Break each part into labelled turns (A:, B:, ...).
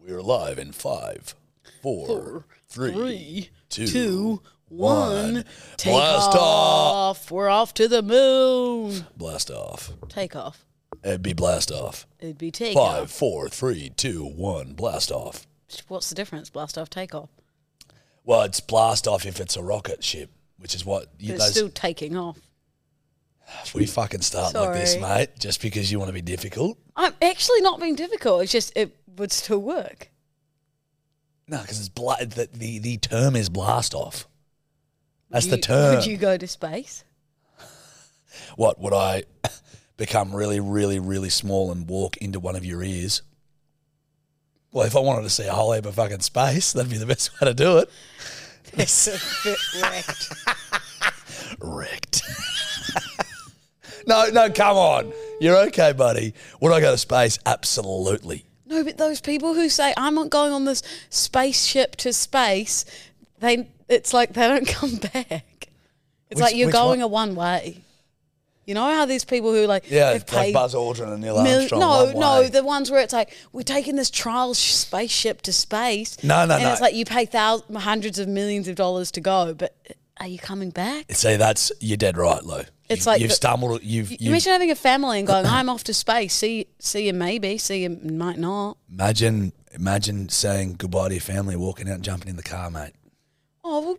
A: We're live in five, four,
B: Four,
A: three, two, one.
B: two, one. Take
A: Blast off.
B: off. We're off to the moon.
A: Blast off.
B: Take off.
A: It'd be blast off.
B: It'd be take
A: Five,
B: off.
A: four, three, two, one. Blast off.
B: What's the difference? Blast off, take off.
A: Well, it's blast off if it's a rocket ship, which is what
B: But
A: you
B: it's
A: guys.
B: still taking off.
A: we fucking start like this,
B: Sorry.
A: mate. Just because you want to be difficult.
B: I'm actually not being difficult. It's just it would still work.
A: No, because it's bla- the, the the term is blast off. That's
B: You-
A: the term.
B: Would you go to space?
A: What would I become really, really, really small and walk into one of your ears? Well, if I wanted to see a whole heap of fucking space, that'd be the best way to do it.
B: That's a bit wrecked.
A: Wrecked. no, no, come on. You're okay, buddy. Would I go to space? Absolutely.
B: No, but those people who say I'm not going on this spaceship to space, they it's like they don't come back. It's
A: Which-
B: like you're
A: which one-
B: going a one way. You know how these people who like
A: Yeah,
B: have
A: it's like
B: paid
A: Buzz Aldrin and Neil
B: Mil-
A: Armstrong.
B: no,
A: one
B: no,
A: way.
B: the ones where it's like we're taking this trial sh- spaceship to space.
A: No, no,
B: and
A: no.
B: it's like you pay thousands, hundreds of millions of dollars to go, but uh, are you coming back?
A: See, that's you're dead right, Lou.
B: It's
A: You-
B: like
A: you've
B: the-
A: stumbled. You've,
B: You,
A: you've
B: imagine having a family and going, "I'm off to space. See, see you maybe. See you might not."
A: imagine imagine saying goodbye to your family, walking out, and jumping in the car, mate.
B: Oh, well,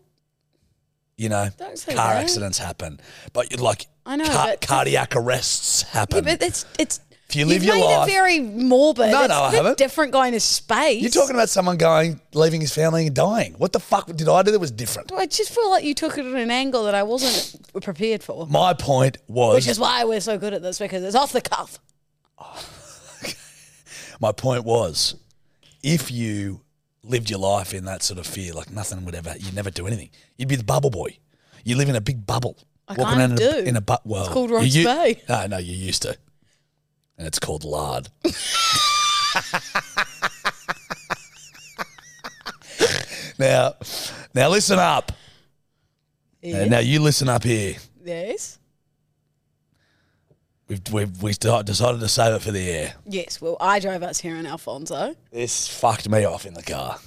A: you know,
B: Don't say
A: car
B: that.
A: accidents happen, but you- like
B: I know,
A: ca-
B: but-
A: cardiac arrests
B: yeah,
A: happen.
B: but it's it's.
A: If you live your
B: you've made
A: life-
B: it very morbid.
A: No,
B: It's
A: no, I
B: a bit
A: haven't.
B: Different going to space.
A: You're talking about someone going, leaving his family and dying. What the fuck did I do that was different?
B: I just feel like you took it at an angle that I wasn't prepared for,
A: My point was,
B: which is why we're so good at this because it's off the cuff.
A: my point was, if you lived your life in that sort of fear, like nothing would ever, you'd never do anything. You'd be the bubble boy. You live in a big bubble,
B: I kind
A: in
B: of
A: a,
B: do.
A: in a butt world.
B: called Ross Bay.
A: Ah, No, no, you used to, and it's called lard. now, now listen up.
B: Yeah.
A: Now you listen up here.
B: Yes.
A: We've we've we de- decided to save it for the air.
B: Yes. Well, I drove us here in Alfonso.
A: This fucked me off in the car.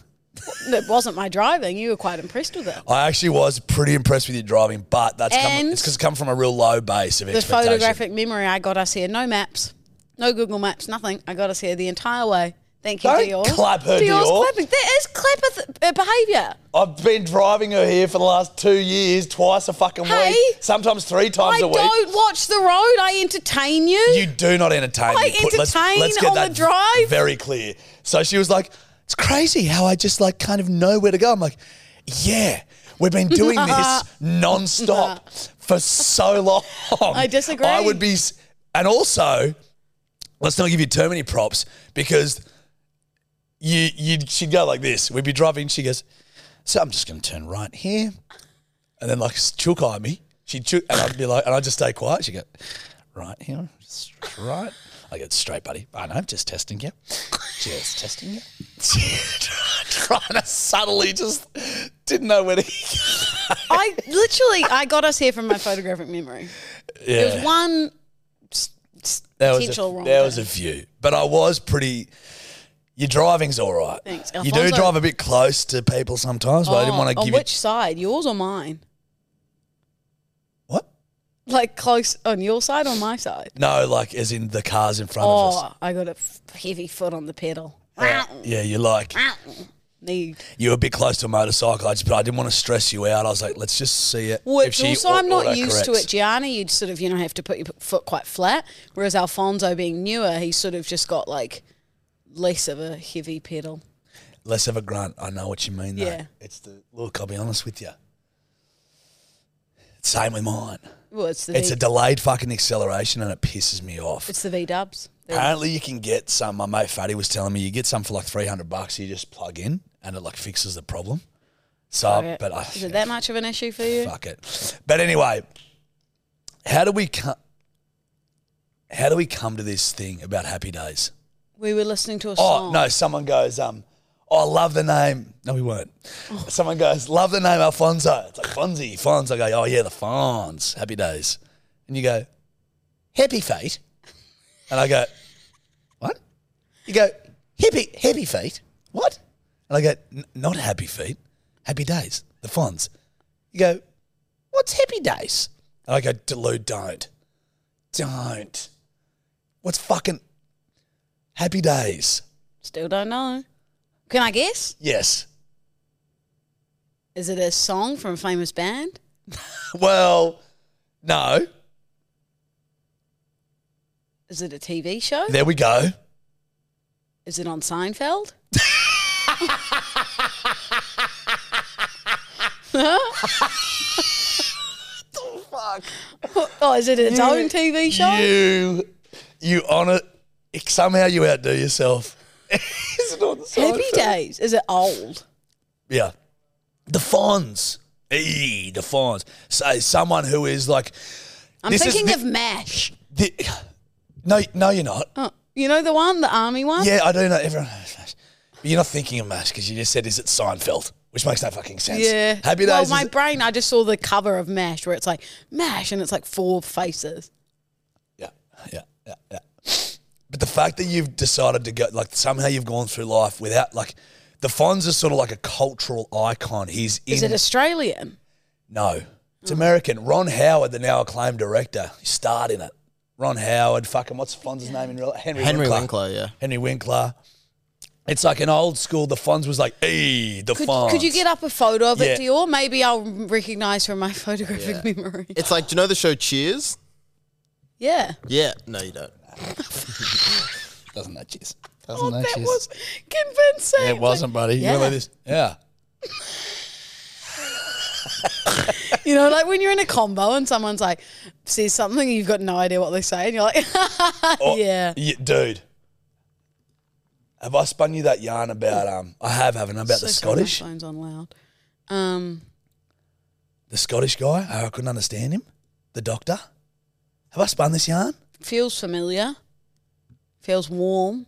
B: It wasn't my driving. You were quite impressed with it.
A: I actually was pretty impressed with your driving, but that's come,
B: And-
A: it's 'cause it's come from a real low base of
B: The
A: expectation.
B: photographic memory I got us here. No maps. No Google Maps. Nothing. I got us here the entire way. Thank you,
A: Don't
B: Dior.
A: clap her,
B: Dior's
A: Dior.
B: clapping. That is clapper th- uh, behaviour.
A: I've been driving her here for the last two years, twice a fucking
B: Hey,
A: week, sometimes three times
B: I
A: a week.
B: don't watch the road. I entertain you.
A: You do not entertain.
B: I
A: me. Put-
B: entertain on the drive.
A: Very clear. So she was like, "It's crazy how I just like kind of know where to go." I'm like, "Yeah, we've been doing this non-stop for so long."
B: I disagree.
A: I would be, s- and also, let's not give you too many props because you you she'd go like this. We'd be driving. She goes, "So I'm just going to turn right here," and then like chook eye me. She would chook, and I'd be like, and I would just stay quiet. She would go right here, just right. I get straight, buddy. I know, just testing you. Just testing you. Trying to subtly just didn't know where to.
B: I literally, I got us here from my photographic memory.
A: Yeah,
B: There was one s- s-
A: there was
B: potential
A: a,
B: wrong.
A: there was
B: turn.
A: a few, but I was pretty. Your driving's all right.
B: Thanks,
A: You do
B: Alfonso.
A: drive a bit close to people sometimes, but I didn't
B: Oh,
A: want to
B: on
A: give
B: which
A: you
B: side, yours or mine?
A: what.
B: Like close on your side or my side?
A: No, like as in the cars in front of us.
B: Oh, I got a f- heavy foot on the pedal.
A: Yeah, you're like
B: Need.
A: you were a bit close to a motorcycle. I just, but I didn't want to stress you out. I was like, let's just see it.
B: Well,
A: if
B: it's
A: she
B: also, I'm
A: au-
B: not used to
A: autocorrects.
B: it, Gianna. You'd sort of, you know, have to put your foot quite flat. Whereas Alfonso, being newer, he's sort of just got like less of a heavy pedal.
A: Less of a grunt. I know what you mean. Though.
B: Yeah.
A: It's the look. I'll be honest with you. Same with mine.
B: Well, it's the
A: It's
B: v,
A: a delayed fucking acceleration, and it pisses me off.
B: it's the V Dubs.
A: Apparently, you can get some. My mate Fatty was telling me you get some for like three hundred bucks. You just plug in, and it like fixes the problem. So, Uh, but I
B: Is it that much of an issue for you?
A: fuck it. But anyway, how do we come? How do we come to this thing about happy days?
B: We were listening to a
A: Oh
B: song.
A: no! Someone goes, um, oh, I love the name. No, we weren't.
B: Oh.
A: Someone goes, love the name Alfonso. It's like Fonzie, Fonz. I go, oh yeah, the Fonz. Happy days. And you go, happy feet. And I go, what? You go, happy happy feet. What? And I go, "N- not happy feet. Happy days. The Fonz. You go, what's happy days? And I go, Delu, don't, don't. What's fucking happy days?
B: Still don't know. Can I guess?
A: Yes.
B: Is it a song from a famous band?
A: Well, no.
B: Is it a TV show?
A: There we go.
B: Is it on Seinfeld? fuck? Oh, is it its own TV show?
A: You, you on it. Somehow you outdo yourself. Is it on
B: Happy
A: Seinfeld?
B: Days. Is it old?
A: Yeah. The Fonz. Eee, the Fonz. Say someone who is like.
B: I'm
A: This is
B: thinking
A: the-
B: of MASH.
A: The, no, no, you're not.
B: Oh, you know the one, the army one?
A: Yeah, I do know. Everyone knows Mash. But you're not thinking of Mash because you just said, is it Seinfeld? Which makes no fucking sense.
B: Yeah.
A: Happy Days.
B: Well,
A: is
B: my
A: it-
B: brain, I just saw the cover of MASH where it's like MASH and it's like four faces.
A: Yeah, yeah, yeah, yeah. But the fact that you've decided to go, like, somehow you've gone through life without, like, the Fonz is sort of like a cultural icon. He's in.
B: Is it Australian?
A: no, it's American. Ron Howard, the now acclaimed director, he starred in it. Ron Howard, fucking, what's Fonz's name in real life? Henry,
C: Henry
A: Winkler.
C: Winkler, yeah.
A: Henry Winkler. It's like an old school. The Fonz was like, "Hey, the
B: Could,
A: Fonz."
B: could you get up a photo of it,
A: Yeah.
B: Dior? Maybe I'll recognise from my photographic memory.
C: It's like, do you know the show Cheers?
B: yeah.
C: Yeah. No, you don't.
A: Doesn't that cheese?
B: Oh, that was convincing.
A: Yeah, it wasn't, buddy. You
B: Yeah.
A: remember this? Yeah.
B: You know, like when you're in a combo and someone's like says something and you've got no idea what they say, and you're like,
A: Oh,
B: yeah.
A: y- dude. Have I spun you that yarn about um? I have, haven't I? About
B: So
A: the
B: sorry, my
A: Scottish,
B: phone's on loud. Um,
A: the Scottish guy. How I couldn't understand him. The doctor. Have I spun this yarn?
B: feels familiar. Feels warm.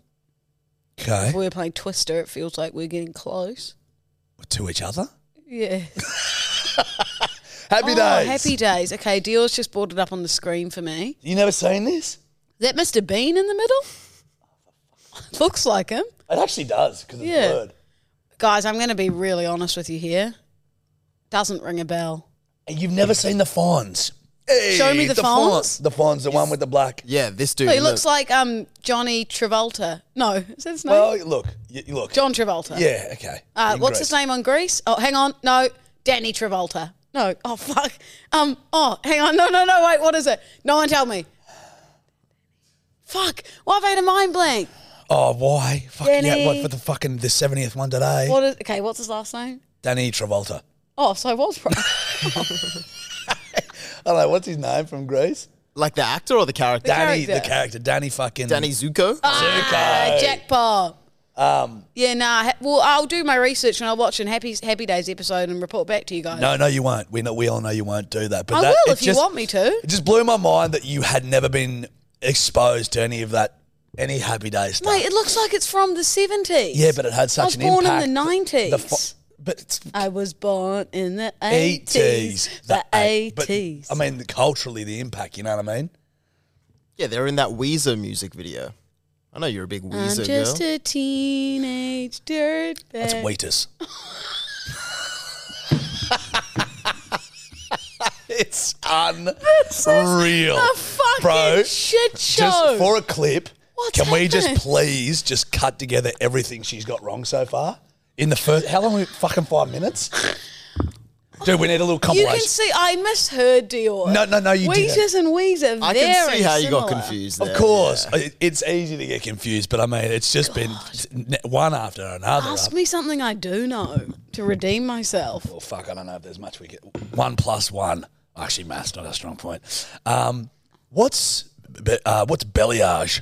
A: Okay.
B: If we were playing Twister, it feels like we're getting close.
A: To each other.
B: Yeah.
A: Happy
B: oh,
A: days.
B: Happy days. Okay, Dior's just brought it up on the screen for me.
A: You never seen this?
B: Is that Mr. Bean in the middle? Looks like him.
A: It actually does because it's
B: Yeah.
A: blurred.
B: Guys, I'm going to be really honest with you here. Doesn't ring a bell.
A: And you've never seen the Fonz. Hey,
B: Show me the Fonz.
A: The Fonz, the one with the black.
C: Yeah, this dude.
B: No, he
C: isn't
B: looks
C: it?
B: like um Johnny Travolta. No, is that his name?
A: Well, Oh, look, y- you look.
B: John Travolta.
A: Yeah. Okay.
B: Uh,
A: In Greece.
B: what's his name on Greece? Oh, hang on. No, Danny Travolta. No. Oh fuck. Um. Oh, hang on. No, no, no. Wait. What is it? No one tell me. Fuck. Why have I had a mind blank?
A: Oh, why? Fuck yeah! What
B: Danny.
A: for the fucking the seventieth one today?
B: What is? Okay. What's his last name?
A: Danny Travolta.
B: Oh, so I was right.
A: I don't know what's his name from Greece.
C: Like the actor or the character?
A: Danny, the
B: character.
A: character, Danny fucking
C: Danny Zuko?
B: ah, jackpot.
A: Um,
B: Yeah. Nah. ha- Well, I'll do my research and I'll watch an Happy Happy Days episode and report back to you guys.
A: no, no, you won't. We know, we all know you won't do that. But
B: I
A: that,
B: will
A: it
B: if you
A: just-
B: want me to.
A: It just blew my mind that you had never been exposed to any of that, any Happy Days stuff.
B: Wait, it looks like it's from the 70s.
A: yeah, but it had
B: I
A: such
B: was
A: an
B: born
A: impact.
B: in the 90s.
A: The fo- but it's
B: I was born in the
A: 80s.
B: 80s. The
A: eight- but,
B: 80s.
A: I mean, culturally, the impact, you know what I mean?
C: Yeah, they're in that Weezer music video. I know you're a big
B: I'm
C: Weezer
B: just
C: girl.
B: a teenage dirtbag.
A: That's Wheatus. it's unreal.
B: a fucking
A: Bro,
B: shit show.
A: Just for a clip,
B: What's
A: can we just
B: happened?
A: please just cut together everything she's got wrong so far? In the first, how long? we- Fucking five minutes? Dude, we need a little
B: You
A: compilation.
B: can see I misheard Dior.
A: No, no, no, you
B: Weezers
A: didn't.
B: and Weezer.
C: I can
B: very
C: see how you got
B: similar.
C: confused.
A: Of
C: there,
A: course,
C: yeah.
A: I- it's easy to get confused, but I mean, it's just been n- one after another.
B: Ask
A: after-
B: me something I do know to redeem myself.
A: Well, fuck, I don't know if there's much we get. One plus one. Actually, math's not a strong point. Um, what's be- uh, what's belliage?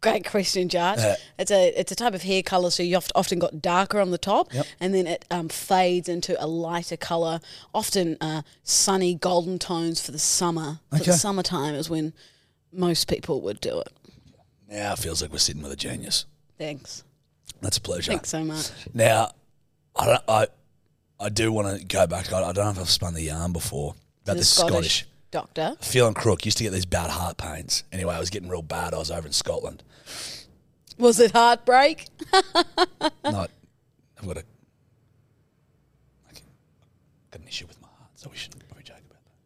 B: Great question, Judge.
A: Yeah.
B: It's a it's a type of hair color, so you oft, often got darker on the top, and then it um, fades into a lighter color. Often uh, sunny golden tones for the summer. For
A: Okay.
B: the summertime is when most people would do it.
A: Now it feels like we're sitting with a genius.
B: Thanks.
A: That's a pleasure.
B: Thanks so much.
A: Now, I don't, I I do want to go back. I, I don't know if I've spun the yarn before about
B: The
A: this Scottish.
B: doctor.
A: Feeling crook used to get these bad heart pains. Anyway, I was getting real bad. I was over in Scotland.
B: Was it heartbreak?
A: Not, I've got a, okay, got an issue with my heart, so we shouldn't probably joke about that.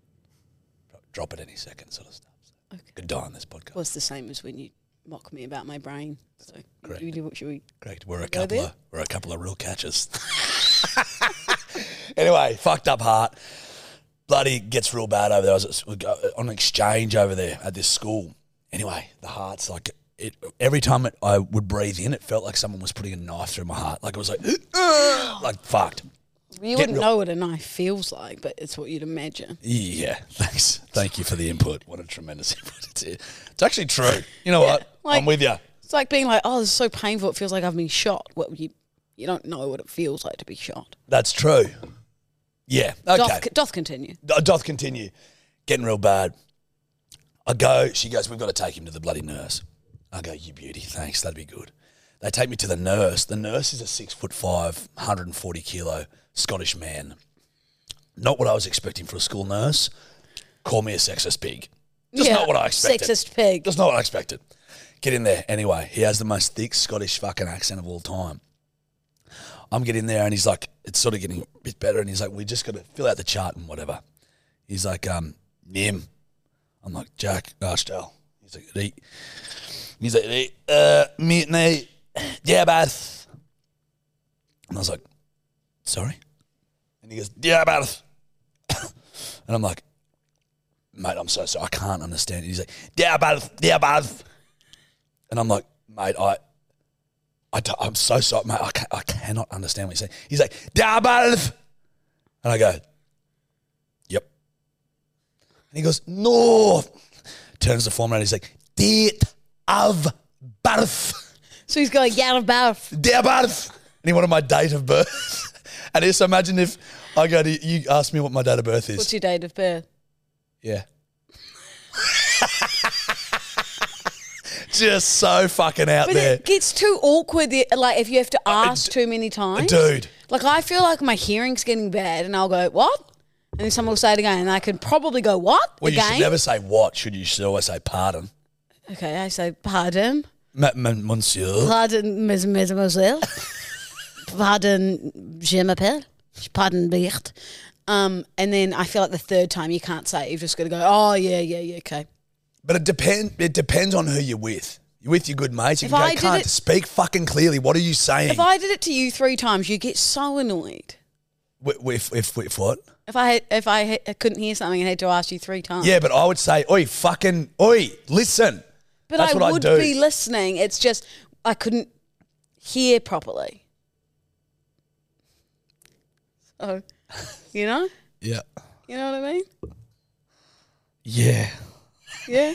A: Drop, drop it any second, sort of stuff. So Could die on this podcast.
B: Was the same as when you mock me about my brain. So
A: Correct.
B: really, what should we?
A: Correct. We're a
B: Go
A: couple.
B: there?
A: Of, we're a couple of real catches. anyway, fucked up heart. Bloody gets real bad over there. I was at- on an exchange over there at this school. Anyway, the heart's like it. Every time it, I would breathe in, it felt like someone was putting a knife through my heart. Like it was like, like fucked.
B: You
A: Get
B: wouldn't
A: real-
B: know what a knife feels like, but it's what you'd imagine.
A: Yeah. Thanks. Thank you for the input. What a tremendous input. It's, it's actually true. You know what?
B: like-
A: I'm with you.
B: It's like being like, oh, this is so painful. It feels like I've been shot. Well, you, you don't know what it feels like to be shot.
A: That's true. Yeah. Okay.
B: Doth, doth continue.
A: I doth continue, getting real bad. I go, she goes, we've got to take him to the bloody nurse. I go, you beauty, thanks, that'd be good. They take me to the nurse. The nurse is a six foot five, 140 kilo Scottish man. Not what I was expecting for a school nurse. Call me a sexist pig. Just
B: Yeah,
A: not what I expected.
B: Sexist pig.
A: That's not what I expected. Get in there. Anyway, he has the most thick Scottish fucking accent of all time. I'm getting there and he's like, it's sort of getting a bit better. And he's like, we just got to fill out the chart and whatever. He's like, um, Nim. I'm like, Jack, Arshdale. He's like, right. He's like, right, uh, meet me, yeah, Bath. And I was like, sorry? And he goes, yeah, Bath. and I'm like, mate, I'm so sorry. I can't understand. He's like, yeah, Bath, yeah, Bath. And I'm like, mate, I, I t- I'm so sorry, mate. I, ca- I cannot understand what he's saying. He's like, yeah, Bath. And I go, yep. And he goes, no. Turns the form around. He's like, date of birth.
B: So he's going, yeah, about.
A: Date of birth. And he wanted my date of birth. and just imagine if I go to, you ask me what my date of birth is.
B: What's your date of birth?
A: Yeah. Just so fucking out
B: But
A: there.
B: it gets too awkward. the- Like if you have to
A: I-
B: ask too many times.
A: Dude.
B: Like I feel like my hearing's getting bad, and I'll go what, and then someone will say it again, and I could probably go what
A: Well, you
B: again.
A: should never say what, should you? You should always say pardon.
B: okay, I say pardon,
A: Ma- ma- monsieur.
B: pardon, Ms. Mademoiselle, pardon, je m'appelle, pardon, Bert. Um, and then I feel like the third time you can't say it. You've just got to go. Oh yeah, yeah, yeah. Okay.
A: But it depend. It depends on who you're with. You're with your good mates. You
B: If
A: can go,
B: I did
A: can't
B: it-
A: speak fucking clearly. What are you saying?
B: If I did it to you three times, you get so annoyed.
A: Wi- wi- if, if, if what?
B: If I had, if I, had, I couldn't hear something and had to ask you three times.
A: Yeah, but I would say, oi, fucking, oi, listen.
B: But
A: That's
B: I
A: what I
B: would
A: do.
B: be listening. It's just I couldn't hear properly. So, you know,
A: Yeah.
B: you know what I mean?
A: Yeah.
B: Yeah.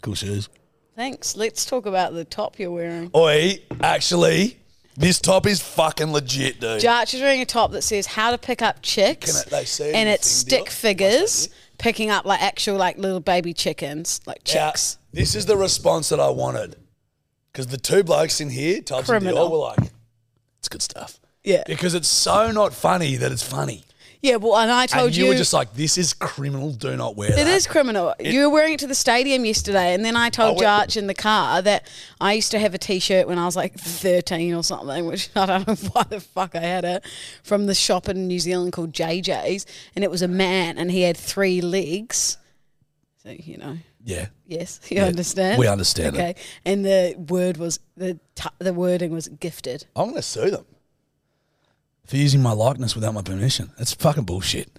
A: Cool shoes.
B: Thanks. Let's talk about the top you're wearing.
A: Oi, actually, this top is fucking legit, dude.
B: Jarch is wearing a top that says "How to Pick Up Chicks,"
A: Can I- they say
B: and it's
A: anything,
B: stick
A: Dior?
B: figures picking up like actual like little baby chickens, like
A: Now,
B: chicks.
A: this is the response that I wanted. Because the two blokes in here, Tubbs and
B: Criminal.
A: Dior, were like, it's good stuff.
B: Yeah.
A: Because it's so not funny that it's funny.
B: Yeah, Yeah, well, and I told
A: and you, were just like, this is criminal. Do not wear
B: It
A: that.
B: is criminal. you were wearing it to the stadium yesterday, and then I
A: Oh,
B: told Jarch in the car that I used to have a T-shirt when I was like 13 or something, which I don't know why the fuck I had it from the shop in New Zealand called JJ's, and it was a man, and he had three legs. So you know,
A: Yeah.
B: yes, you understand.
A: we understand it.
B: Okay, and the word was the t- the wording was gifted.
A: I'm going to sue them for using my likeness without my permission. That's fucking bullshit.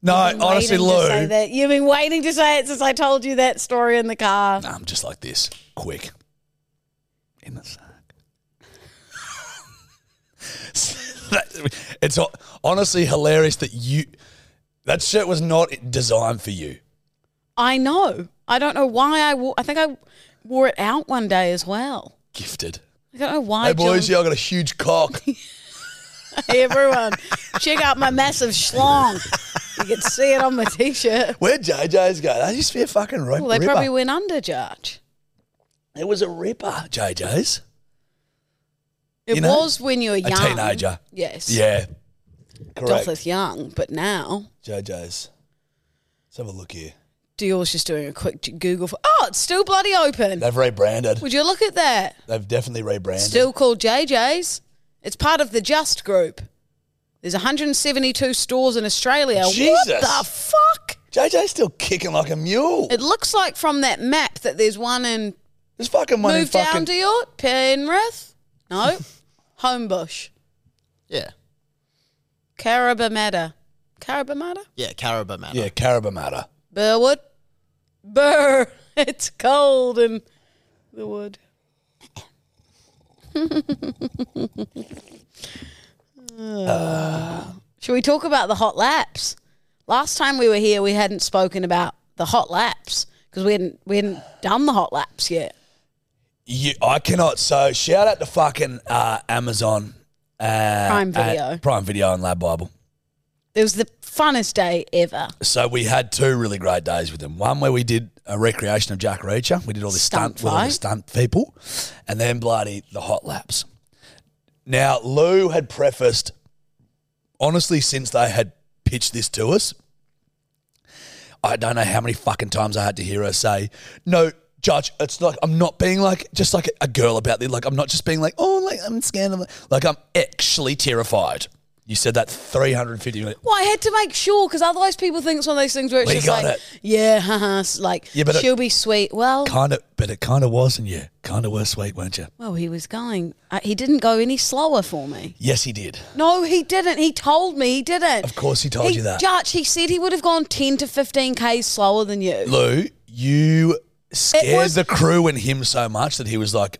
A: No,
B: Been
A: honestly,
B: waiting to say
A: Lou.
B: that. You've been waiting to say it since I told you that story in the car.
A: Nah, I'm just like this. Quick. In the sack. That- it's ho- honestly hilarious that you. That shirt was not designed for you.
B: I know. I don't know why I wore. I think I wore it out one day as well.
A: Gifted.
B: I don't know why.
A: Hey, boys,
B: Dylan-
A: yeah, I got a huge cock.
B: Hey, everyone, check out my massive schlong. You can see it on my t-shirt.
A: Where JJ's go? That used to be a fucking ri-
B: Well, they
A: ripper.
B: probably went under, Judge.
A: it was a ripper, JJ's.
B: It
A: You know,
B: was when you were
A: a
B: young,
A: teenager.
B: Yes.
A: Yeah. Correct.
B: Doth is young, but now
A: JJ's. Let's have a look here.
B: Dior's just doing a quick j- Google for. Oh, it's still bloody open.
A: They've rebranded.
B: Would you look at that?
A: They've definitely rebranded.
B: Still called JJ's. It's part of the Just Group. There's 172 stores in Australia. What
A: Jesus.
B: the fuck?
A: JJ's still kicking like a mule.
B: It looks like from that map that there's one in
A: There's fucking money.
B: Move
A: fucking,
B: Down to York, Penrith. No. Homebush.
C: Yeah.
B: Carabamata. Carabamata?
C: Yeah, Caraba Manor.
A: Yeah, Carabamata.
B: Burwood. Burr. It's cold in the wood. Should we talk about the hot laps? Last time we were here, we hadn't spoken about the hot laps because we hadn't we hadn't done the hot laps yet.
A: You, I cannot. So shout out to fucking uh, Amazon. Uh,
B: Prime
A: and-
B: Video.
A: Prime Video and Lab Bible.
B: It was the funnest day ever.
A: So we had two really great days with them. One where we did a recreation of Jack Reacher. We did all this stunt,
B: Stunt
A: with all the
B: fight.
A: stunt people. And then bloody the hot laps. Now, Lou had prefaced, honestly, since they had pitched this to us, I don't know how many fucking times I had to hear her say, no, Judge, it's like I'm not being like just like a girl about this. Like I'm not just being like, oh, like I'm scared. I'm like- Like I'm actually terrified. You said that 350 million.
B: Well, I had to make sure because otherwise people think it's one of those things where it's
A: We
B: just
A: got
B: like,
A: it.
B: yeah, haha, it's like
A: Yeah, but it-
B: she'll be sweet. Well,
A: Kind of, but it kind of was, and yeah, kind of were sweet, weren't you?
B: well, he was going. Uh, he didn't go any slower for me.
A: Yes, he did.
B: No, he didn't. He told me he didn't.
A: Of course, he told
B: He-
A: you that.
B: Judge, he said he would have gone ten to fifteen k slower than you.
A: Lou, you scared
B: was-
A: the crew and him so much that he was like,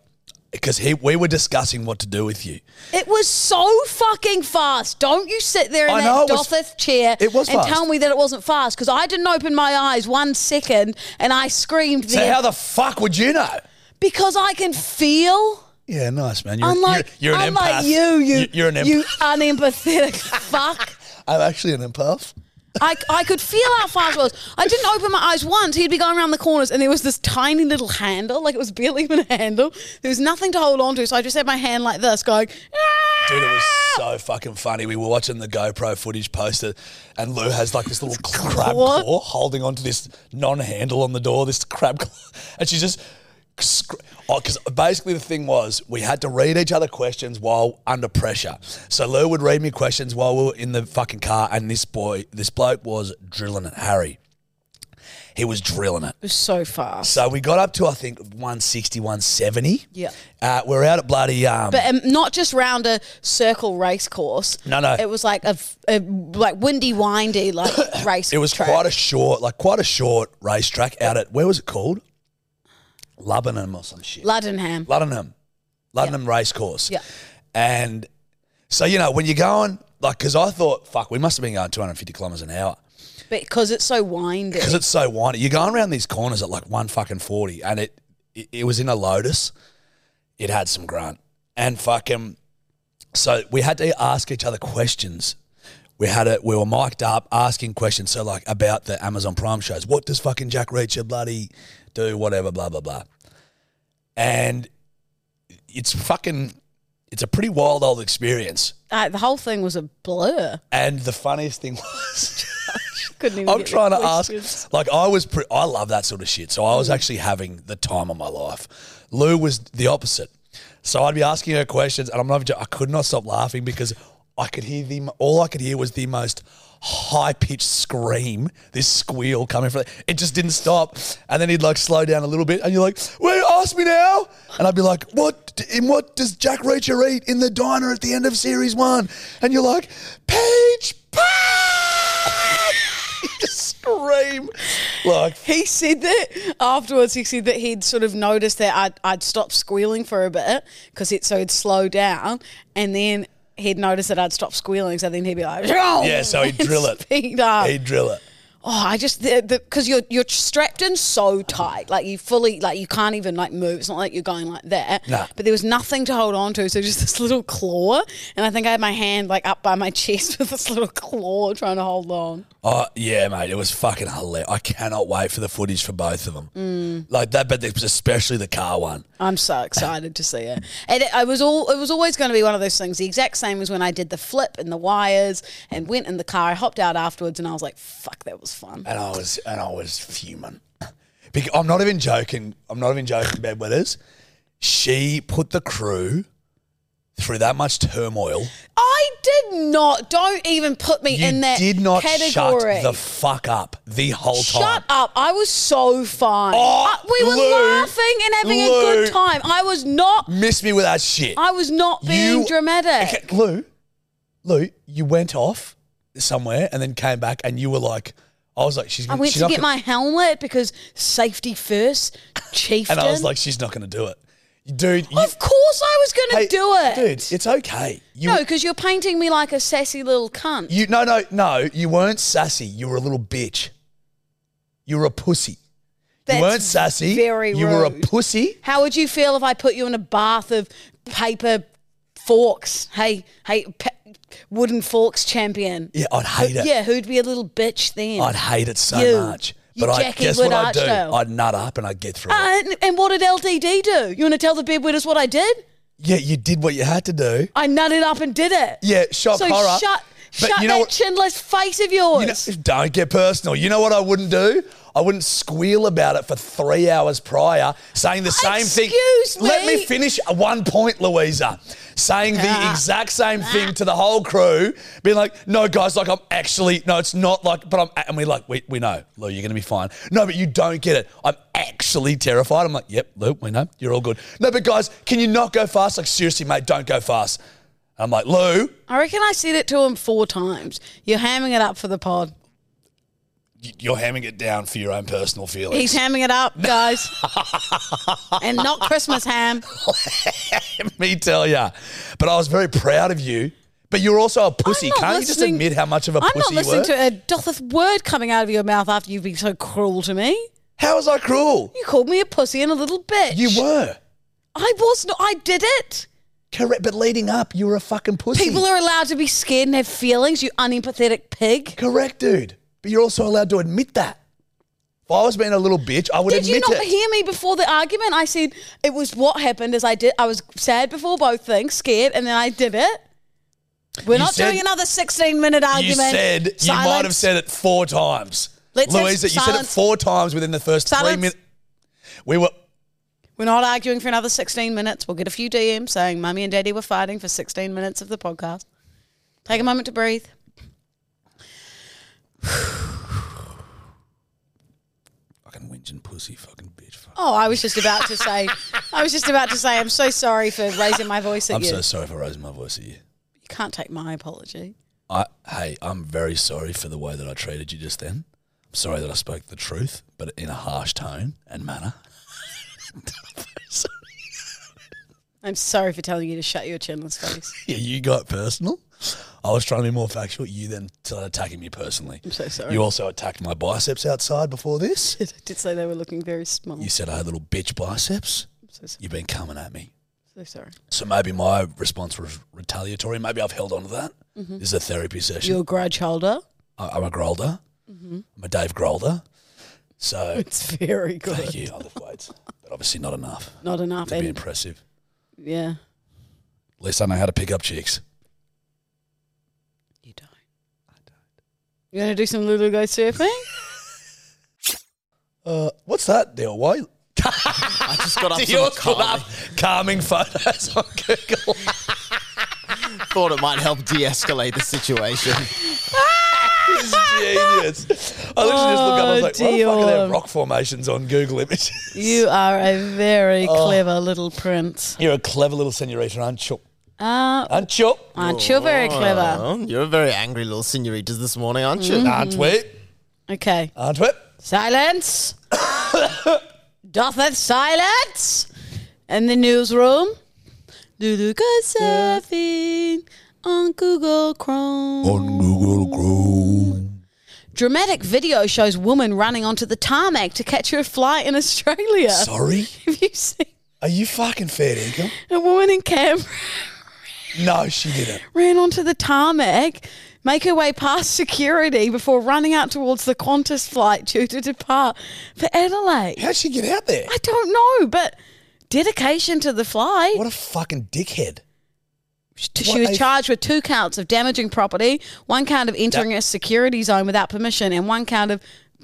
A: because he we were discussing what to do with you.
B: It was so fucking fast. Don't you sit there in
A: I
B: that
A: know, it was-
B: Dotheth chair
A: it was
B: and
A: fast.
B: tell me that it wasn't fast because I didn't open my eyes one second and I screamed
A: So
B: there
A: how the fuck would you know?
B: because I can feel.
A: Yeah, nice man. You're,
B: Unlike,
A: you're, you're an
B: unlike
A: empath.
B: you, you,
A: are an empath.
B: you unempathetic fuck.
A: I'm actually an empath.
B: I, I could feel how fast it was. I didn't open my eyes once. He'd be going around the corners, and there was this tiny little handle, like it was barely even a handle. There was nothing to hold on to, so I just had my hand like this, going. "Ah!"
A: Dude, it was so fucking funny. We were watching the GoPro footage posted, and Lou has like this little crab
B: Claw.
A: claw holding onto this non-handle on the door, this crab claw, and she's just. scr- Oh, because basically the thing was we had to read each other questions while under pressure. So Lou would read me questions while we were in the fucking car, and this boy, this bloke was drilling at Harry. He was drilling it.
B: It was so fast,
A: So we got up to I think 160, 170.
B: Yeah.
A: Uh, we're out at bloody um,
B: but um, not just round a circle race course.
A: No, no.
B: it was like a, f- a- like windy, windy like race.
A: It was
B: track.
A: quite a short, like quite a short racetrack out at where was it called? Lubbenham or some shit.
B: Luddenham.
A: Luddenham, Luddenham race course.
B: Yeah.
A: And so you know when you're going like because I thought fuck we must have been going 250 kilometers an hour
B: because it's so windy.
A: because it's so windy. You're going around these corners at like one fucking forty, and it, it it was in a Lotus. It had some grunt and fucking. So we had to ask each other questions. We had it. We were mic'd up asking questions. So like about the Amazon Prime shows. What does fucking Jack Reacher bloody do? Whatever. Blah blah blah. And it's fucking. It's a pretty wild old experience.
B: Uh, the whole thing was a blur.
A: And the funniest thing was,
B: Couldn't even.
A: I'm
B: get the
A: trying to
B: questions.
A: ask. Like I was, pre- I love that sort of shit. So I was actually having the time of my life. Lou was the opposite. So I'd be asking her questions, and I'm not. even jo- I could not stop laughing because I could hear the. mo- All I could hear was the most high pitched scream, this squeal coming from. It just didn't stop. And then he'd like slow down a little bit, and you're like, "Wait, ask me now." And I'd be like, "What? d- In what does Jack Reacher eat in the diner at the end of series one?" And you're like, "Page." just scream. Like,
B: He said that afterwards. He said that he'd sort of noticed that I'd, I'd stopped squealing for a bit because it so it'd slow down, and then he'd noticed that I'd stopped squealing. So then he'd be like, "Oh!"
A: yeah, so he'd drill it.
B: Speed up.
A: He'd drill it.
B: Oh, I just the because you're you're strapped in so tight, like you fully like you can't even like move. It's not like you're going like that.
A: No.
B: But there was nothing to hold on to, so just this little claw, and I think I had my hand like up by my chest with this little claw trying to hold on.
A: Oh, yeah, mate. It was fucking hilarious. I cannot wait for the footage for both of them.
B: Mm.
A: Like that, but especially the car one.
B: I'm so excited to see it. And it, I was all it was always going to be one of those things. The exact same as when I did the flip and the wires and went in the car. I hopped out afterwards, and I was like, "Fuck, that was fun."
A: And I was, and I was fuming. Because I'm not even joking. I'm not even joking, bedwetters. She put the crew through that much turmoil.
B: I did not. Don't even put me
A: You
B: in that
A: did not
B: category.
A: shut the fuck up the whole time.
B: Shut up. I was so fine.
A: Oh,
B: Uh, we were
A: Lou.
B: laughing and having a good
A: Lou.
B: time. I was not
A: Miss me with that shit.
B: I was not being
A: You-
B: dramatic.
A: Okay, Lou, Lou, you went off somewhere and then came back, and you were like, I was like, she's.
B: I went
A: she's
B: to
A: not
B: get
A: gonna-
B: my helmet because safety first, chieftain.
A: And I was like, she's not going to do it, dude. You,
B: of course I was going to
A: hey,
B: do it.
A: dude. It's okay. You,
B: no, because you're painting me like a sassy little cunt.
A: you, no, no, no. You weren't sassy. You were a little bitch. You were a pussy.
B: That's
A: you weren't sassy.
B: Very
A: You were a
B: rude.
A: pussy.
B: How would you feel if I put you in a bath of paper forks? Hey, hey, pa- wooden forks champion. Uh,
A: Yeah, I'd hate it.
B: Yeah, who'd be a little bitch then?
A: I'd hate it so
B: You.
A: much.
B: You
A: But I
B: Jackie
A: guess
B: Wood
A: what I'd do,
B: Archdale.
A: I'd nut up and I'd get through it.
B: Uh, and, and what did LDD do? You want to tell the bedwetters what I did?
A: Yeah, you did what you had to do.
B: I nutted up and did it.
A: Yeah, shock
B: so
A: horror.
B: shut,
A: But
B: shut
A: you know
B: that
A: what-
B: chinless face of
A: You know,
B: yours.
A: don't get personal. You know what I wouldn't do? I wouldn't squeal about it for three hours prior, saying the same thing.
B: Excuse me? Ah.
A: Let me finish one point, Louisa. Saying the exact same thing to the whole crew, being like, "No, guys, like I'm actually no, it's not like, but I'm." a-" And we're like, "We we know, Lou, you're gonna be fine." No, but you don't get it. I'm actually terrified. I'm like, "Yep, Lou, we know, you're all good." No, but guys, can you not go fast? Like seriously, mate, don't go fast. I'm like, Lou,
B: I reckon I said it to him four times. You're hamming it up for the pod.
A: y- you're hamming it down for your own personal feelings.
B: He's hamming it up, guys. and not Christmas ham.
A: me tell ya. But I was very proud of you. But you're also a pussy.
B: I'm not
A: Can't you just
B: listening-
A: admit how much of a
B: I'm
A: pussy
B: not listening
A: you were?
B: to a dotheth word coming out of your mouth after you've been so cruel to me.
A: How was I cruel?
B: You called me a pussy and a little bitch.
A: You were.
B: I was not. I did it.
A: Correct. But leading up, you were a fucking pussy.
B: People are allowed to be scared and have feelings, you unempathetic pig.
A: Correct, dude. But you're also allowed to admit that. If I was being a little bitch, I would
B: Did you
A: admit
B: not
A: it.
B: hear me before the argument? I said it was what happened is I did I was sad before both things, scared, and then I did it. We're
A: You
B: not
A: said-
B: doing another sixteen minute
A: you
B: argument.
A: said
B: Silence.
A: you might have said it four times.
B: Let's have
A: Louisa, you said it
B: silence.
A: four times within the first three
B: Silence.
A: minutes. We were
B: We're not arguing for another sixteen minutes. We'll get a few DMs saying Mummy and Daddy were fighting for sixteen minutes of the podcast. Take a moment to breathe.
A: fucking whinging pussy, fucking bitch. Fuck.
B: Oh, I was just about to say I was just about to say I'm so sorry for raising my voice at
A: I'm
B: you.
A: so sorry for raising my voice at you.
B: you can't take my apology.
A: I hey, I'm very sorry for the way that I treated you just then. I'm sorry that I spoke the truth, but in a harsh tone and manner.
B: I'm sorry for telling you to shut your chinless face.
A: Yeah, you got personal. I was trying to be more factual. You then started attacking me personally.
B: I'm so sorry.
A: You also attacked my biceps outside before this.
B: I did say they were looking very small.
A: You said I had little bitch biceps.
B: I'm so sorry.
A: You've been coming at me.
B: So sorry.
A: So maybe my response was retaliatory. Maybe I've held on to that. This is a therapy session.
B: Mm-hmm. You're Mm-hmm. a grudge holder.
A: I, I'm a Grolder. I'm a Dave Grolder. So
B: It's very good.
A: thank you. I lift weights, but obviously not enough
B: Not enough.
A: to be
B: And
A: impressive.
B: yeah.
A: At least I know how to pick up chicks.
B: You don't. I don't. You gonna do some Lulu Go surfing?
A: Uh, what's that deal? Why?
C: I just got up
A: Do yours
C: some
A: pull up calming photos on Google?
C: Thought it might help de-escalate the situation.
A: It's genius. I literally just look up. I was like,
B: Oh,
A: why the fuck are there
B: Dion.
A: rock formations on Google Images?
B: you are a very
A: Oh.
B: clever little prince.
A: You're a clever little senorita, aren't you?
B: Uh,
A: Aren't you?
B: aren't you very clever?
C: Oh, you're a very angry little senoritas this morning, aren't
B: Mm-hmm.
C: you?
A: Aren't we?
B: Okay.
A: Aren't we?
B: Silence. Dotheth silence. In the newsroom. Lulu goes surfing on Google Chrome.
A: Google Chrome.
B: Dramatic video shows woman running onto the tarmac to catch her flight in Australia.
A: Sorry?
B: Have you seen
A: Are you fucking fair dinkum?
B: a woman in Canberra
A: No, she didn't.
B: ran onto the tarmac, make her way past security before running out towards the Qantas flight due to depart for Adelaide?
A: How'd she get out there?
B: I don't know, but dedication to the flight.
A: What a fucking dickhead.
B: She
A: What
B: was
A: a-
B: charged with two counts of damaging property, one count of entering
A: That-
B: a security zone without permission, and one count of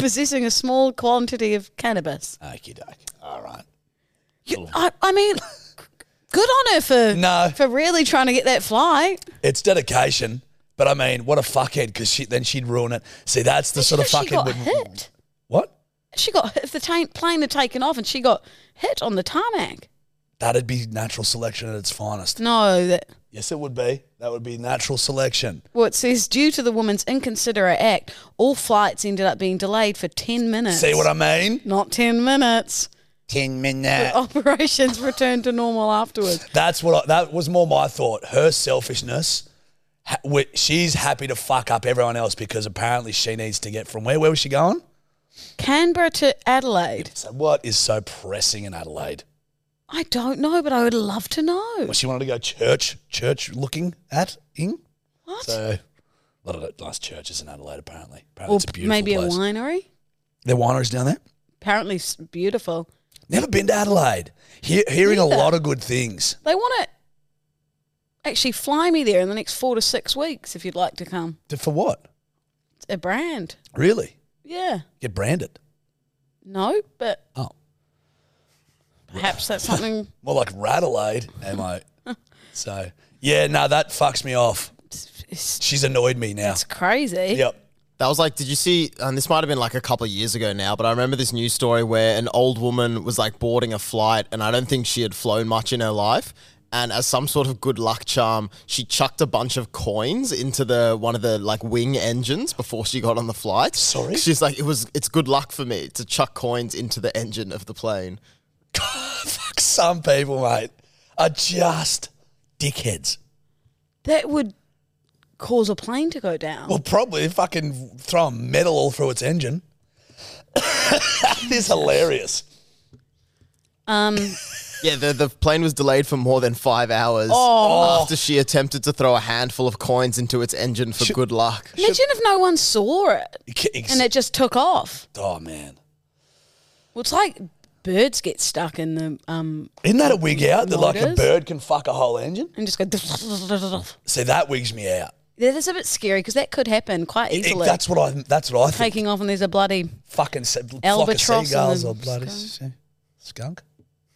B: possessing a small quantity of cannabis.
A: Okie doke. All right.
B: You- I, I mean, good on her for
A: Oh. No.
B: for really trying to get that flight.
A: It's dedication, but I mean, what a fuckhead, because she, then she'd ruin it. See, that's the sort of
B: she
A: fucking.
B: got
A: would-
B: hit.
A: What?
B: She got hit. If the ta- plane had taken off and she got hit on the tarmac.
A: That'd be natural selection at its finest.
B: No, that
A: Yes, it would be. That would be natural selection.
B: well, it says due to the woman's inconsiderate act, all flights ended up being delayed for ten minutes.
A: See what I mean?
B: Not ten minutes.
A: 10
B: The
A: minutes.
B: operations returned to normal afterwards.
A: That's what I, that was more my thought. Her selfishness. ha- wi- She's happy to fuck up everyone else because apparently she needs to get from where? Where was she going?
B: Canberra to Adelaide.
A: So what is so pressing in Adelaide?
B: I don't know, but I would love to know.
A: Well, she wanted to go church, church looking at ing.
B: What?
A: So a lot of nice churches in Adelaide apparently. Apparently
B: or
A: it's a beautiful
B: maybe
A: place.
B: a winery.
A: Their wineries down there.
B: Apparently, it's beautiful.
A: Never been to Adelaide. He- hearing a
B: Neither.
A: lot of good things.
B: They want to actually fly me there in the next four to six weeks if you'd like to come.
A: To- For what?
B: It's a brand.
A: Really?
B: Yeah.
A: Get branded.
B: No, but
A: Oh.
B: perhaps that's something
A: More like Radelaide, am I? so yeah, no, that fucks me off.
B: it's,
A: She's annoyed me now.
B: it's crazy.
A: Yep.
C: That was like, did you see? And this might have been like a couple of years ago now, but I remember this news story where an old woman was like boarding a flight, and I don't think she had flown much in her life. And as some sort of good luck charm, she chucked a bunch of coins into the one of the like wing engines before she got on the flight.
A: Sorry?
C: she's like, it was it's good luck for me to chuck coins into the engine of the plane.
A: Fuck some people, mate, are just dickheads.
B: That would cause a plane to go down.
A: Well, probably fucking throw a metal all through its engine. that is hilarious.
B: Um,
C: Yeah, the, the plane was delayed for more than five hours
B: Oh.
A: oh,
C: after she attempted to throw a handful of coins into its engine for good luck.
B: imagine if no one saw it and it just took off.
A: oh man,
B: Well, it's like birds get stuck in the um
A: isn't that a wig out that like a
B: Motors?
A: bird can fuck a whole engine?
B: and just go.
A: See, that wigs me out.
B: Yeah, that's a bit scary because that could happen quite
A: It- it-
B: easily.
A: that's what I. That's what I think.
B: taking off and there's a bloody
A: fucking se- flock of
B: Albatross and
A: seagulls
B: the
A: or bloody
B: skunk.
A: skunk. skunk.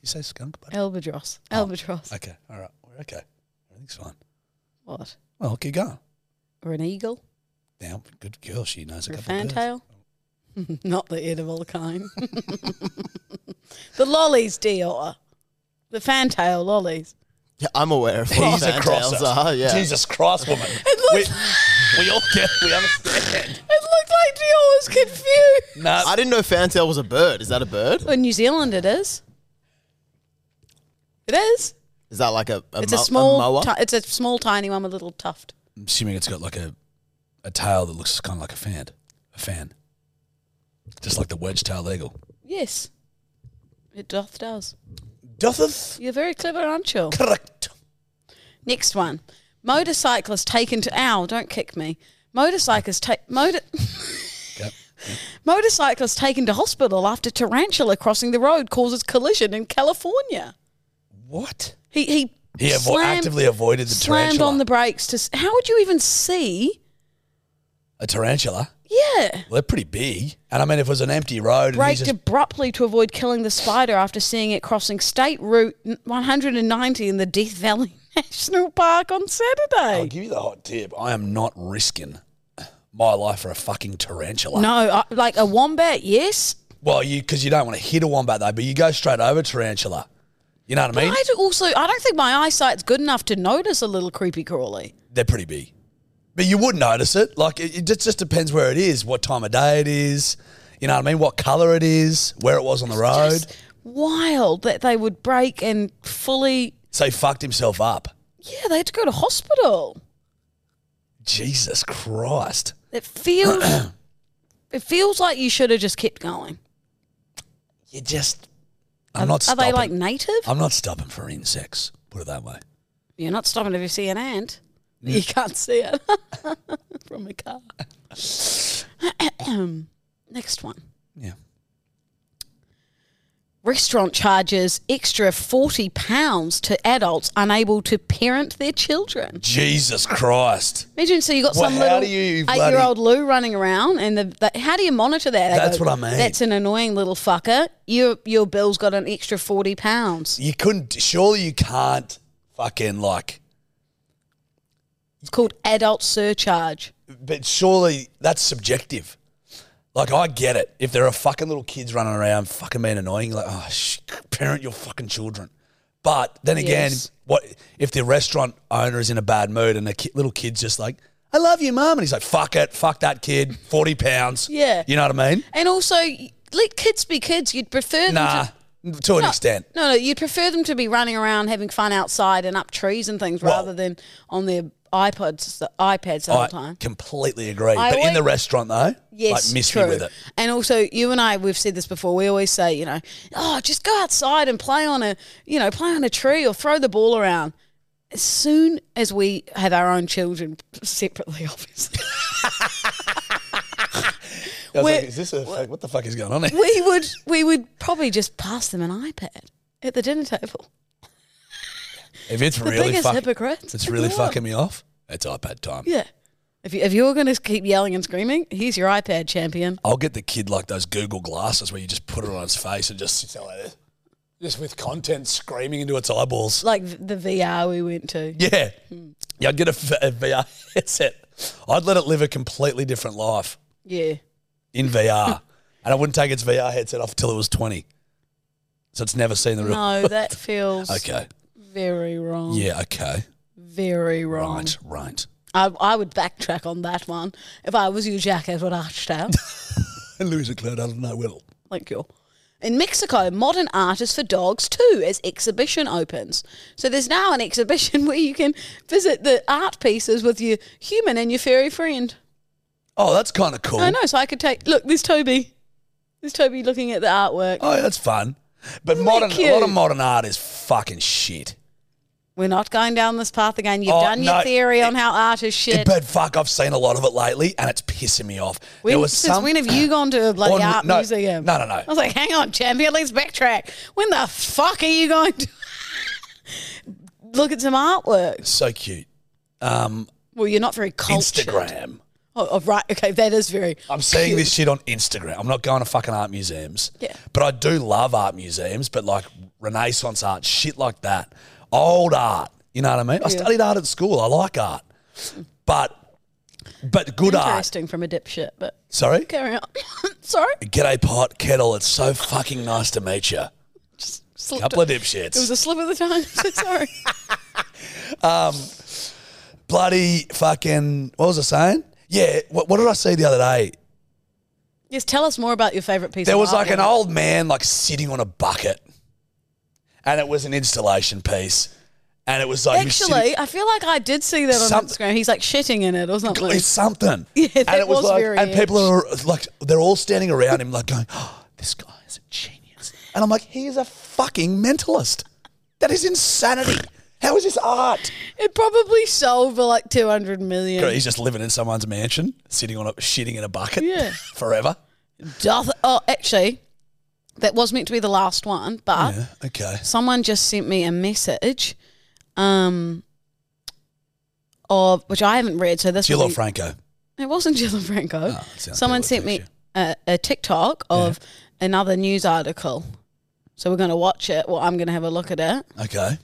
A: You say skunk, buddy?
B: albatross.
A: Oh.
B: Albatross.
A: Okay, all right, we're okay. Everything's fine.
B: What?
A: Well, keep going.
B: Or an eagle?
A: Now, good girl, she knows a
B: Or a
A: couple of birds.
B: fantail? Not the edible kind. the lollies, Dior. The fantail lollies.
C: Yeah, I'm aware of what
A: He's
C: the
A: a crosser.
C: fantails are. Yeah.
A: Jesus Christ, woman. we, we all get, we understand.
B: It looked like Dior was confused.
A: No,
C: I didn't know fantail was a bird. Is that a bird?
B: Well, in New Zealand, it is. It is.
C: Is that like a, a,
B: It's
C: mo-
B: a small.
C: moa?
B: ti- it's a small, tiny one with a little tuft.
A: I'm assuming it's got like a, a tail that looks kind of like a fan. A fan. Just like the wedge tail eagle.
B: Yes, it doth does.
A: Dotheth
B: You're very clever, aren't you?
A: correct.
B: Next one. Motorcyclist taken to ow, don't kick me. Motorcyclist take motor
A: Yep.
B: motorcyclist taken to hospital after tarantula crossing the road causes collision in California.
A: What?
B: He he
A: He avo-
B: Slammed-
A: actively avoided the
B: slammed
A: tarantula.
B: on the brakes to. s- How would you even see?
A: a tarantula.
B: Yeah.
A: Well, they're pretty big, and I mean, if it was an empty road, and he's
B: Braked
A: just,
B: abruptly to avoid killing the spider after seeing it crossing State Route 190 in the Death Valley National Park on
A: I'll
B: Saturday.
A: give you the hot tip. I am not risking my life for a fucking tarantula.
B: No, I, like a wombat, yes.
A: Well, you because you don't want to hit a wombat though, but you go straight over tarantula. You know what I
B: But
A: mean?
B: I do also, I don't think my eyesight's good enough to notice a little creepy crawly.
A: They're pretty big, but you would notice it. Like it, it just, just depends where it is, what time of day it is. You know what I mean? What color it is, where it was on the road.
B: Just wild that they would break and fully.
A: so he fucked himself up.
B: Yeah, they had to go to hospital.
A: Jesus Christ!
B: It feels. it feels like you should have just kept going.
A: You just. I'm
B: are,
A: not.
B: are
A: Stopping.
B: they like native?
A: I'm not stopping for insects. Put it that way.
B: You're not stopping if you see an ant. You can't see it from a car. Next one.
A: Yeah.
B: Restaurant charges extra forty pounds to adults unable to parent their children.
A: Jesus Christ.
B: Imagine so you got
A: Well,
B: some
A: how
B: little
A: do you bloody-
B: eight-year-old Lou running around, and the, the, how do you monitor that? They
A: That's what I mean.
B: That's an annoying little fucker. Your your bill's got an extra forty pounds.
A: You couldn't. Surely you can't fucking like.
B: It's called adult surcharge.
A: But surely that's subjective. Like I get it. If there are fucking little kids running around, fucking being annoying, like oh, sh- parent your fucking children. But then again,
B: Yes.
A: what if the restaurant owner is in a bad mood and the ki- little kid's just like, "I love you, mum," and he's like, "Fuck it, fuck that kid, forty pounds."
B: Yeah.
A: you know what I mean?
B: And also, let kids be kids. You'd prefer them
A: Nah,
B: to
A: to an
B: No,
A: extent.
B: No, no, you'd prefer them to be running around having fun outside and up trees and things
A: Well-
B: rather than on their iPods, iPads the whole
A: I
B: time.
A: completely agree.
B: I
A: but in
B: always-
A: the restaurant though,
B: Yes,
A: like miss
B: true.
A: me with it.
B: And also, you and I, we've said this before. We always say, you know, oh, just go outside and play on a, you know, play on a tree or throw the ball around. As soon as we have our own children separately, obviously,
A: I was
B: We're-
A: like, is this a fuck, what the fuck is going on here?
B: we would we would probably just pass them an iPad at the dinner table.
A: If it's
B: The
A: really
B: biggest
A: fuck,
B: hypocrites.
A: it's really
B: Yeah.
A: fucking me off. It's iPad time.
B: Yeah. If, you, if you're going to keep yelling and screaming, here's your iPad champion.
A: I'll get the kid like those Google glasses where you just put it on its face and just sits there like this, just with content screaming into its eyeballs.
B: Like Hmm. th- the VR we went to.
A: Yeah, yeah. I'd get a, v- a VR headset. I'd let it live a completely different life
B: Yeah.
A: in VR, and I wouldn't take its VR headset off until it was twenty. So it's never seen the real.
B: No, that feels
A: Okay.
B: very wrong.
A: Yeah. Okay.
B: Very wrong.
A: Right. Right.
B: I, I would backtrack on that one. If I was you, Jack, I would arched out.
A: And Louis Cloud, I don't know. Will.
B: Thank you. In Mexico, modern art is for dogs too, as exhibition opens. So there's now an exhibition where you can visit the art pieces with your human and your furry friend.
A: Oh, that's kind of cool.
B: I know, so I could take. Look, there's Toby. There's Toby looking at the artwork.
A: Oh, yeah, that's fun. But
B: Isn't that
A: modern, a lot
B: cute?
A: of modern art is fucking shit.
B: We're not going down this path again. You've
A: Oh,
B: done your
A: no.
B: theory on how art is
A: It,
B: shit.
A: but fuck, I've seen a lot of it lately, and it's pissing me off.
B: When-
A: there was
B: since
A: some,
B: when have you gone to a
A: On-
B: bloody art
A: no,
B: museum?
A: no, no, no.
B: I was like, hang on, champion, let's backtrack. When the fuck are you going to look at some artwork?
A: so cute. Um,
B: Well, you're not very cultured.
A: Instagram.
B: Oh, oh, right. Okay, that is very.
A: I'm seeing
B: cute.
A: this shit on Instagram. I'm not going to fucking art museums.
B: Yeah.
A: But I do love art museums, but like Renaissance art, shit like that, old art. You know what I mean? I studied art at school. I like art, but but good art.
B: Interesting from a dipshit, but
A: Sorry.
B: carry on. Sorry,
A: G'day, pot kettle. It's so fucking nice to meet you.
B: Slipped
A: Couple of
B: it.
A: dipshits.
B: It was a slip of the tongue. Sorry.
A: bloody fucking. What was I saying? Yeah. What, what did I see the other day?
B: Yes, tell us more about your favourite piece.
A: There
B: of
A: was like an
B: artwork.
A: old man like sitting on a bucket, and it was an installation piece, and it was like he was
B: Actually, I feel like I did see that on
A: Some-
B: Instagram. He's like shitting in it or
A: sitting-
B: something.
A: it's something.
B: Yeah,
A: and
B: that
A: it was,
B: was
A: like,
B: very
A: and people are like, they're all standing around him like going, oh, "This guy is a genius," and I'm like, "He is a fucking mentalist. That is insanity. How is this art?"
B: It probably sold for like 200 million.
A: He's just living in someone's mansion, sitting on a shitting in a bucket,
B: Yeah.
A: forever.
B: Doth- oh, actually, that was meant to be the last one, but
A: Yeah, okay.
B: someone just sent me a message um, of which I haven't read. So this
A: Jill
B: will
A: or
B: be-
A: Franco.
B: It wasn't Jill Franco.
A: Oh, it sounds
B: Someone
A: like
B: sent me
A: picture.
B: a, a TikTok of another news article. So we're going to watch it. Well, I'm going to have a look at it.
A: Okay.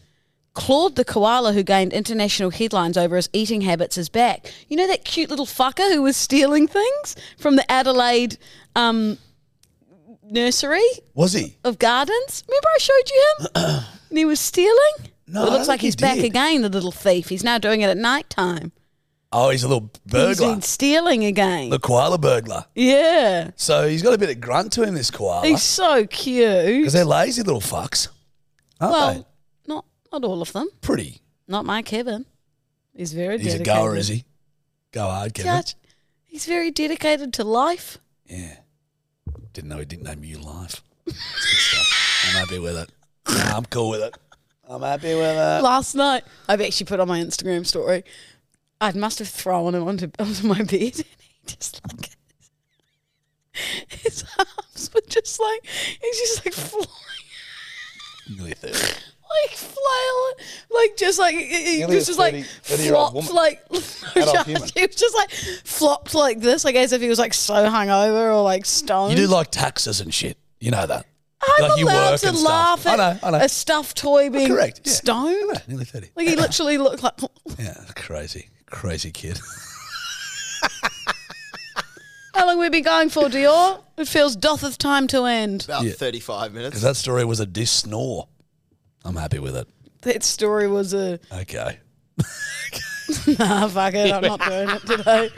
B: Claude the koala, who gained international headlines over his eating habits, is back. You know that cute little fucker who was stealing things from the Adelaide um, nursery
A: Was he?
B: of gardens? Remember I showed you him? and he was stealing?
A: No,
B: Well,
A: I
B: it
A: don't
B: looks
A: think
B: like
A: he
B: he's back
A: did.
B: again, the little thief. He's now doing it at night time.
A: Oh, he's a little
B: He's
A: burglar.
B: been stealing again.
A: The koala burglar.
B: Yeah.
A: So he's got a bit of grunt to him, this koala.
B: He's so cute.
A: Because they're lazy little fucks. Aren't they?
B: Well, not not all of them.
A: Pretty.
B: Not my Kevin. He's very
A: He's a
B: dedicated.
A: goer, is he? Go hard, Kevin.
B: Judge, he's very dedicated to life.
A: Yeah. Didn't know he didn't name you life. That's good stuff. I'm happy with it. Nah, I'm cool with it. I'm happy with it.
B: Last night, I've actually put on my Instagram story. I must have thrown him onto, onto my bed, and he just like his arms were just like he's just like flying,
A: Nearly 30.
B: like flailing, like just like he he
A: Nearly
B: was
A: a
B: just like
A: 30 30-year-old
B: flopped,
A: woman.
B: like no,
A: Adult
B: Josh,
A: human.
B: he was just like flopped like this, like as if he was like so hungover or like stoned.
A: You do like taxes and shit. You know that.
B: I'm
A: like you
B: allowed
A: work
B: to
A: and stuff.
B: laugh
A: I
B: at
A: know, I know.
B: a stuffed toy being
A: Correct. yeah.
B: stoned.
A: Yeah, nearly 30.
B: Like he literally looked like
A: Yeah, crazy. Crazy kid.
B: how long we been going for, Dior? It feels dotheth time to end.
C: About
A: Yeah.
C: 35 minutes.
A: Because that story was a dis snore. I'm happy with it.
B: That story was a
A: Okay.
B: nah, fuck it, I'm not doing it today.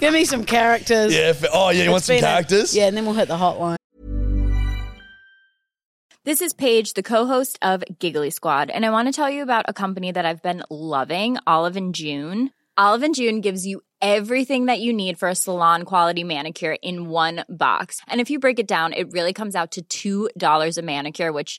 B: Give me some characters.
A: Yeah. If, oh, yeah. You want
B: It's
A: some
B: been a-
A: characters?
B: yeah, and then we'll hit the hotline.
D: This is Paige, the co-host of Giggly Squad, and I want to tell you about a company that I've been loving, Olive and June. Olive and June gives you everything that you need for a salon quality manicure in one box. And if you break it down, it really comes out to $2 a manicure, which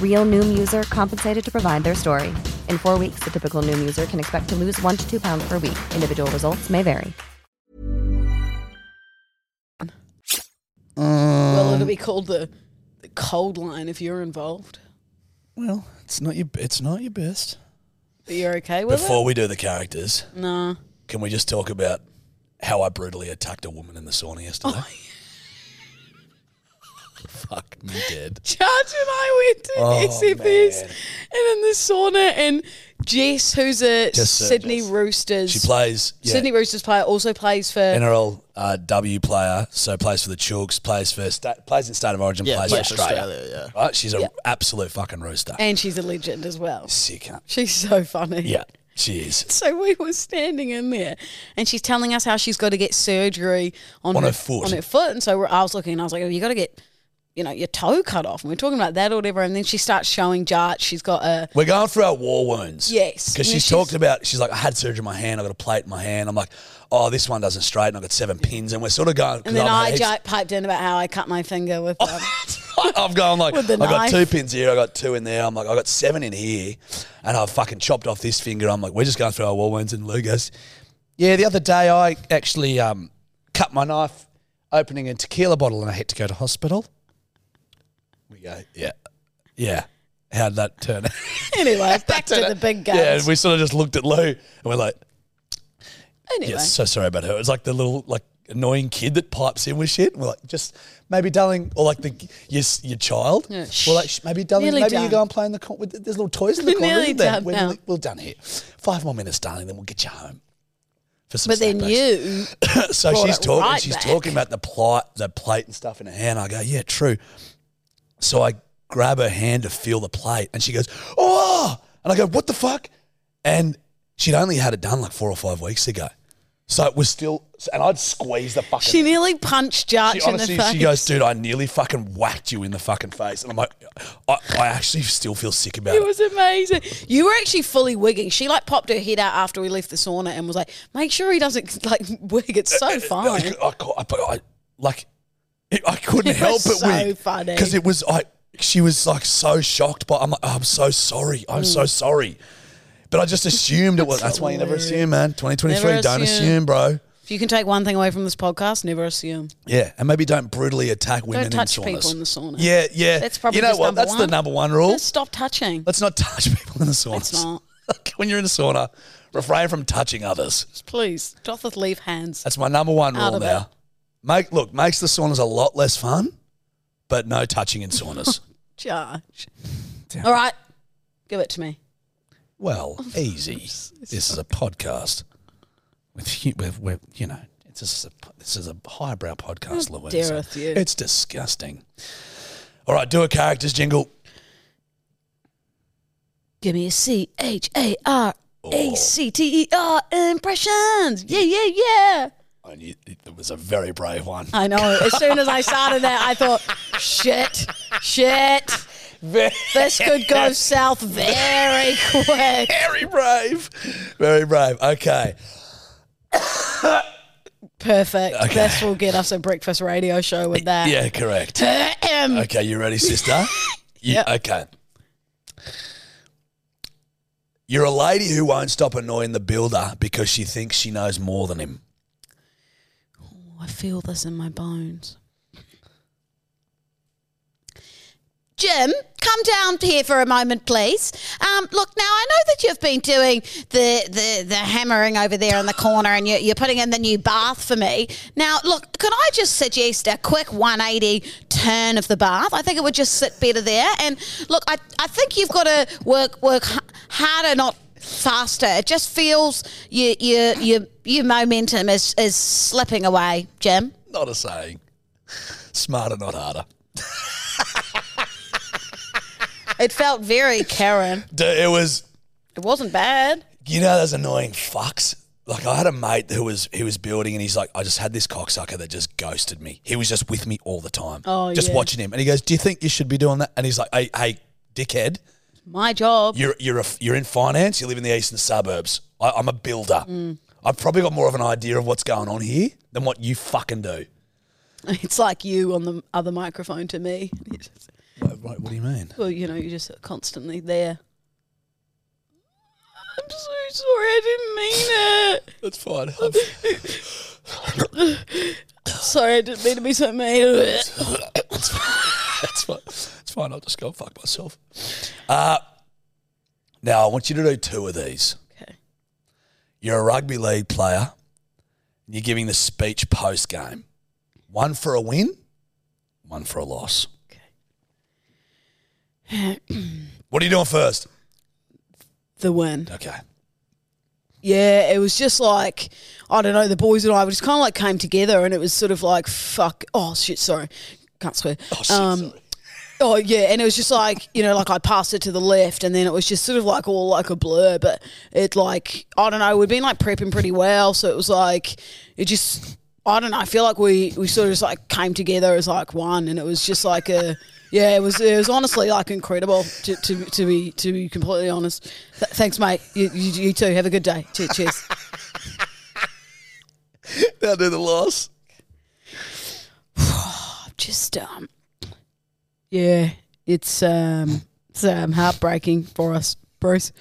E: Real Noom user compensated to provide their story. In four weeks, the typical Noom user can expect to lose one to two pounds per week. Individual results may vary.
B: well, it'll be called the, the cold line if you're involved.
A: Well, it's not your. It's not your best.
B: But you're okay with
A: Before we do the characters,
B: it? Nah.
A: can we just talk about how I brutally attacked a woman in the sauna yesterday?
B: Oh.
A: Fuck me dead.
B: Judge and I went to
A: Oh,
B: SFS
A: man.
B: and in the sauna and Jess, who's a
A: Jess Surges.
B: Sydney Roosters,
A: She plays yeah,
B: Sydney Roosters player, also plays for
A: NRL uh, W player, so plays for the Chooks, plays for sta- plays in state of origin,
C: yeah,
A: plays
C: play
A: for Australia.
C: yeah.
A: Right? She's an absolute fucking rooster.
B: and she's a legend as well.
A: Sick. cunt.
B: She's so funny.
A: Yeah, she is.
B: So we were standing in there, and she's telling us how she's got to get surgery on,
A: On her foot.
B: On her foot, and so we're, I was looking, and I was like, "Oh, you got to get, you know, your toe cut off." And we're talking about that or whatever, and then she starts showing Jart. She's got a
A: We're going through our war wounds.
B: Yes.
A: Because
B: And
A: she's,
B: she's-
A: talked about, she's like, I had surgery in my hand, I got a plate in my hand. I'm like, oh, this one doesn't straighten, I've got seven pins. And we're sort of going, 'cause
B: And then
A: I'm
B: I
A: heaps-
B: j- piped in about how I cut my finger with
A: Oh,
B: um,
A: I've gone like, I've
B: With the
A: got
B: knife.
A: two pins here, I've got two in there. I'm like, I've got seven in here. And I've fucking chopped off this finger. I'm like, we're just going through our war wounds. And Lou goes, yeah, the other day I actually um, cut my knife opening a tequila bottle and I had to go to hospital. We go, yeah, yeah. How'd that turn out?
B: Anyway, back to
A: Turn
B: the
A: out-
B: big guns.
A: Yeah, we sort of just looked at Lou and we're like,
B: anyway,
A: yeah, so sorry about her. It's like the little like annoying kid that pipes in with shit. We're like, just maybe darling, or like the your your child.
B: Yeah,
A: We're like, "Shh, maybe darling,
B: Nearly
A: maybe you
B: done.
A: go and play in the corner. There's little toys in the
B: We're
A: corner.
B: nearly
A: isn't there?
B: done
A: We're
B: now.
A: nearly- we're done here. Five more minutes, darling, then we'll get you home. For some
B: but then
A: snapbacks."
B: you
A: so
B: brought
A: she's
B: it
A: talking.
B: right
A: she's
B: back.
A: talking about the plate, the plate and stuff in her hand. I go, yeah, true. So I grab her hand to feel the plate, and she goes, oh! And I go, what the fuck? And she'd only had it done like four or five weeks ago, so it was still. And I'd squeeze the fucking.
B: she nearly punched Jarch
A: She
B: in the
A: honestly,
B: face.
A: she goes, dude, I nearly fucking whacked you in the fucking face, and I'm like, I, I actually still feel sick about it.
B: It was amazing. You were actually fully wigging. She like popped her head out after we left the sauna and was like, "Make sure he doesn't like wig. It's
A: Uh,
B: so
A: I,
B: fine."
A: I, I, but I like it, I couldn't
B: It
A: help
B: was
A: it
B: so
A: with
B: funny.
A: because it was I she was like so shocked but I'm like oh, I'm so sorry I'm
B: Mm.
A: so sorry but I just assumed it was that's why you never assume man 2023
B: Never
A: don't
B: assume.
A: assume bro
B: If you can take one thing away from this podcast, never assume.
A: yeah and maybe don't brutally attack women
B: Don't touch
A: in saunas
B: people in the sauna.
A: yeah yeah
B: That's probably
A: you know
B: just
A: what
B: number
A: that's the
B: one.
A: number one rule
B: Just stop touching.
A: let's not touch people in the sauna
B: Let's not.
A: when you're in a sauna refrain from touching others
B: Please, doth leave hands.
A: That's my number one
B: Out
A: rule
B: of it.
A: now. Make look makes the saunas a lot less fun, but no touching in saunas.
B: Jarch.
A: Damn.
B: All right, give it to me.
A: well, easy. This is a podcast with hu- with, with you know. It's just a, this is a highbrow podcast,
B: How
A: Louisa.
B: dareth you.
A: It's disgusting. All right, do a characters jingle.
B: Give me a C H A R A C T E R impressions. Yeah, yeah, yeah.
A: I knew it was a very brave one.
B: I know. As soon as I started that, I thought, shit, shit. This could go south very quick.
A: Very brave. Very brave. Okay.
B: Perfect.
A: Okay.
B: This will get us a breakfast radio show with that.
A: Yeah, correct.
B: Ahem.
A: Okay, you ready, sister? You-
B: Yep.
A: Okay. You're a lady who won't stop annoying the builder because she thinks she knows more than him.
B: Oh, I feel this in my bones. Jim, come down here for a moment, please. Um, look, now I know that you've been doing the, the, the hammering over there in the corner and you, you're putting in the new bath for me. Now, look, could I just suggest a quick 180 turn of the bath? I think it would just sit better there. And look, I, I think you've got to work, work h- harder, not faster. It just feels your, your, your, your momentum is, is slipping away, Jim.
A: Not a saying. Smarter, not harder.
B: It felt very Karen.
A: D- It was,
B: It wasn't bad.
A: you know, those annoying fucks. Like I had a mate who was he was building, and he's like, I just had this cocksucker that just ghosted me. He was just with me all the time,
B: Oh,
A: just
B: yeah.
A: watching him. And he goes, "Do you think you should be doing that?" And he's like, "Hey, hey dickhead,
B: My job.
A: You're you're a, you're in finance. You live in the eastern suburbs. I, I'm a builder. I've probably got more of an idea of what's going on here than what you fucking do.
B: It's like you on the other microphone to me. You just-
A: Right, what do you mean?
B: Well, you know, you're just constantly there. I'm so sorry. I didn't mean
A: That's fine.
B: it. Sorry, I didn't mean to be so mean.
A: That's fine. That's fine. It's fine. I'll just go and fuck myself. Uh, now I want you to do two of these.
B: Okay.
A: You're a rugby league player. And you're giving the speech post game. One for a win, one for a loss. What are you doing first?
B: the win.
A: Okay.
B: Yeah, it was just like I don't know. The boys and I we just kind of like came together, and it was sort of like fuck. Oh shit, sorry, can't swear.
A: Oh, shit,
B: Um,
A: sorry.
B: Oh yeah, and it was just like you know, like I passed it to the left, and then it was just sort of like all like a blur. But it like I don't know, we'd been like prepping pretty well, so it was like it just I don't know. I feel like we we sort of just like came together as like one, and it was just like a yeah. It was it was honestly like incredible to to, to be to be completely honest. Th- thanks, mate. You, you, you too. Have a good day. Che- Cheers.
A: Now do the loss.
B: just um yeah it's um it's um heartbreaking for us bruce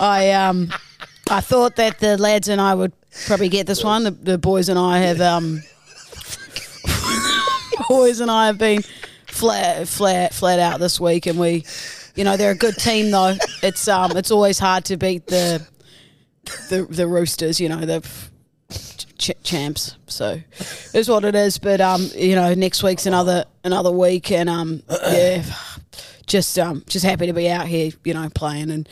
B: i um i thought that the lads and i would probably get this one the, the boys and i have um boys and I have been flat, flat, flat out this week, and we, you know, they're a good team though. It's um, it's always hard to beat the, the the Roosters. You know, the ch- champs. So, it's what it is. But um, you know, next week's another another week, and um, yeah, just um, just happy to be out here. You know, playing and.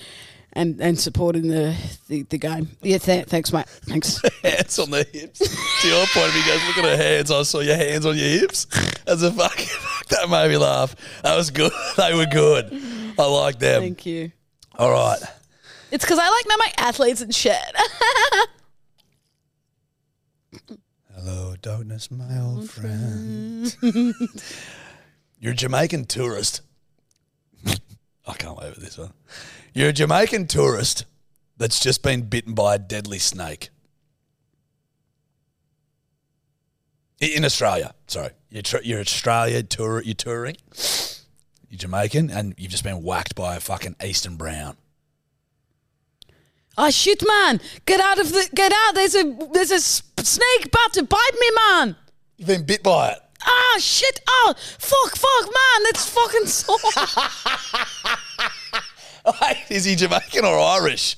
B: And, and supporting the, the, the game. Yeah, th- thanks, mate. Thanks.
A: hands on the hips. to your point, if he goes, look at her hands. I saw your hands on your hips. That's a fucking that made me laugh. That was good. They were good. I like them.
B: Thank you.
A: All right.
B: It's because I like know my athletes and shit.
A: Hello, darkness, my old friend. You're a Jamaican tourist. I can't wait for this one. You're a Jamaican tourist that's just been bitten by a deadly snake. I- In Australia, sorry. You're, tr- you're Australia tour- you're touring. You're Jamaican and you've just been whacked by a fucking Eastern Brown.
B: oh shit, man! Get out of the get out! There's a there's a s- snake about to bite me, man!
A: You've been bit by it.
B: Ah shit! Oh fuck, fuck, man! That's fucking sore.
A: Is he Jamaican or Irish?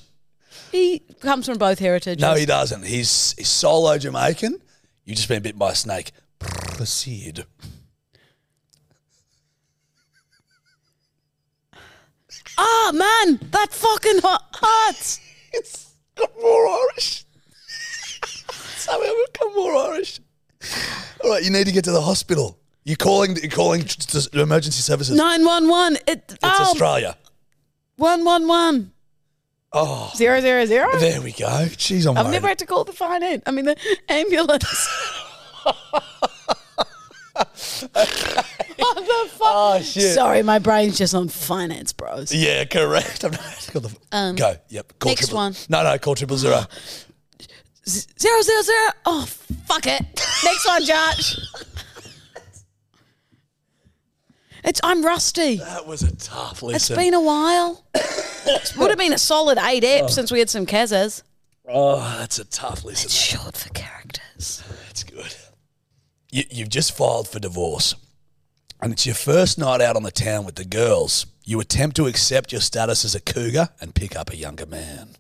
B: he comes from both heritages.
A: No, he doesn't. He's, he's solo Jamaican. You've just been bitten by a snake. Proceed.
B: Ah man, that fucking hu- hurts.
A: It's got more Irish. Somehow we've got more Irish. All right, you need to get to the hospital. You're calling. You're calling t- t- emergency services.
B: Nine one one. It
A: it's
B: oh,
A: Australia.
B: one one one
A: Oh,
B: zero zero zero.
A: there we go. Jeez, I'm
B: I've
A: worried.
B: never had to call the fine end. I mean the ambulance. what the fuck?
A: Oh shit.
B: Sorry, my brain's just on finance, bros.
A: Yeah, correct. I've not got the
B: Um,
A: go. Yep. Call
B: next
A: triple,
B: one.
A: No, no. Call triple zero.
B: Z- Zero zero zero. Oh, fuck it. Next one, Josh. It's I'm rusty.
A: that was a tough
B: It's
A: listen.
B: been a while. Would have been a solid eight ep since we had some Kazas.
A: oh, that's a tough listen. mate.
B: Short for characters.
A: That's good. You, you've just filed for divorce, and it's your first night out on the town with the girls. You attempt to accept your status as a cougar and pick up a younger man.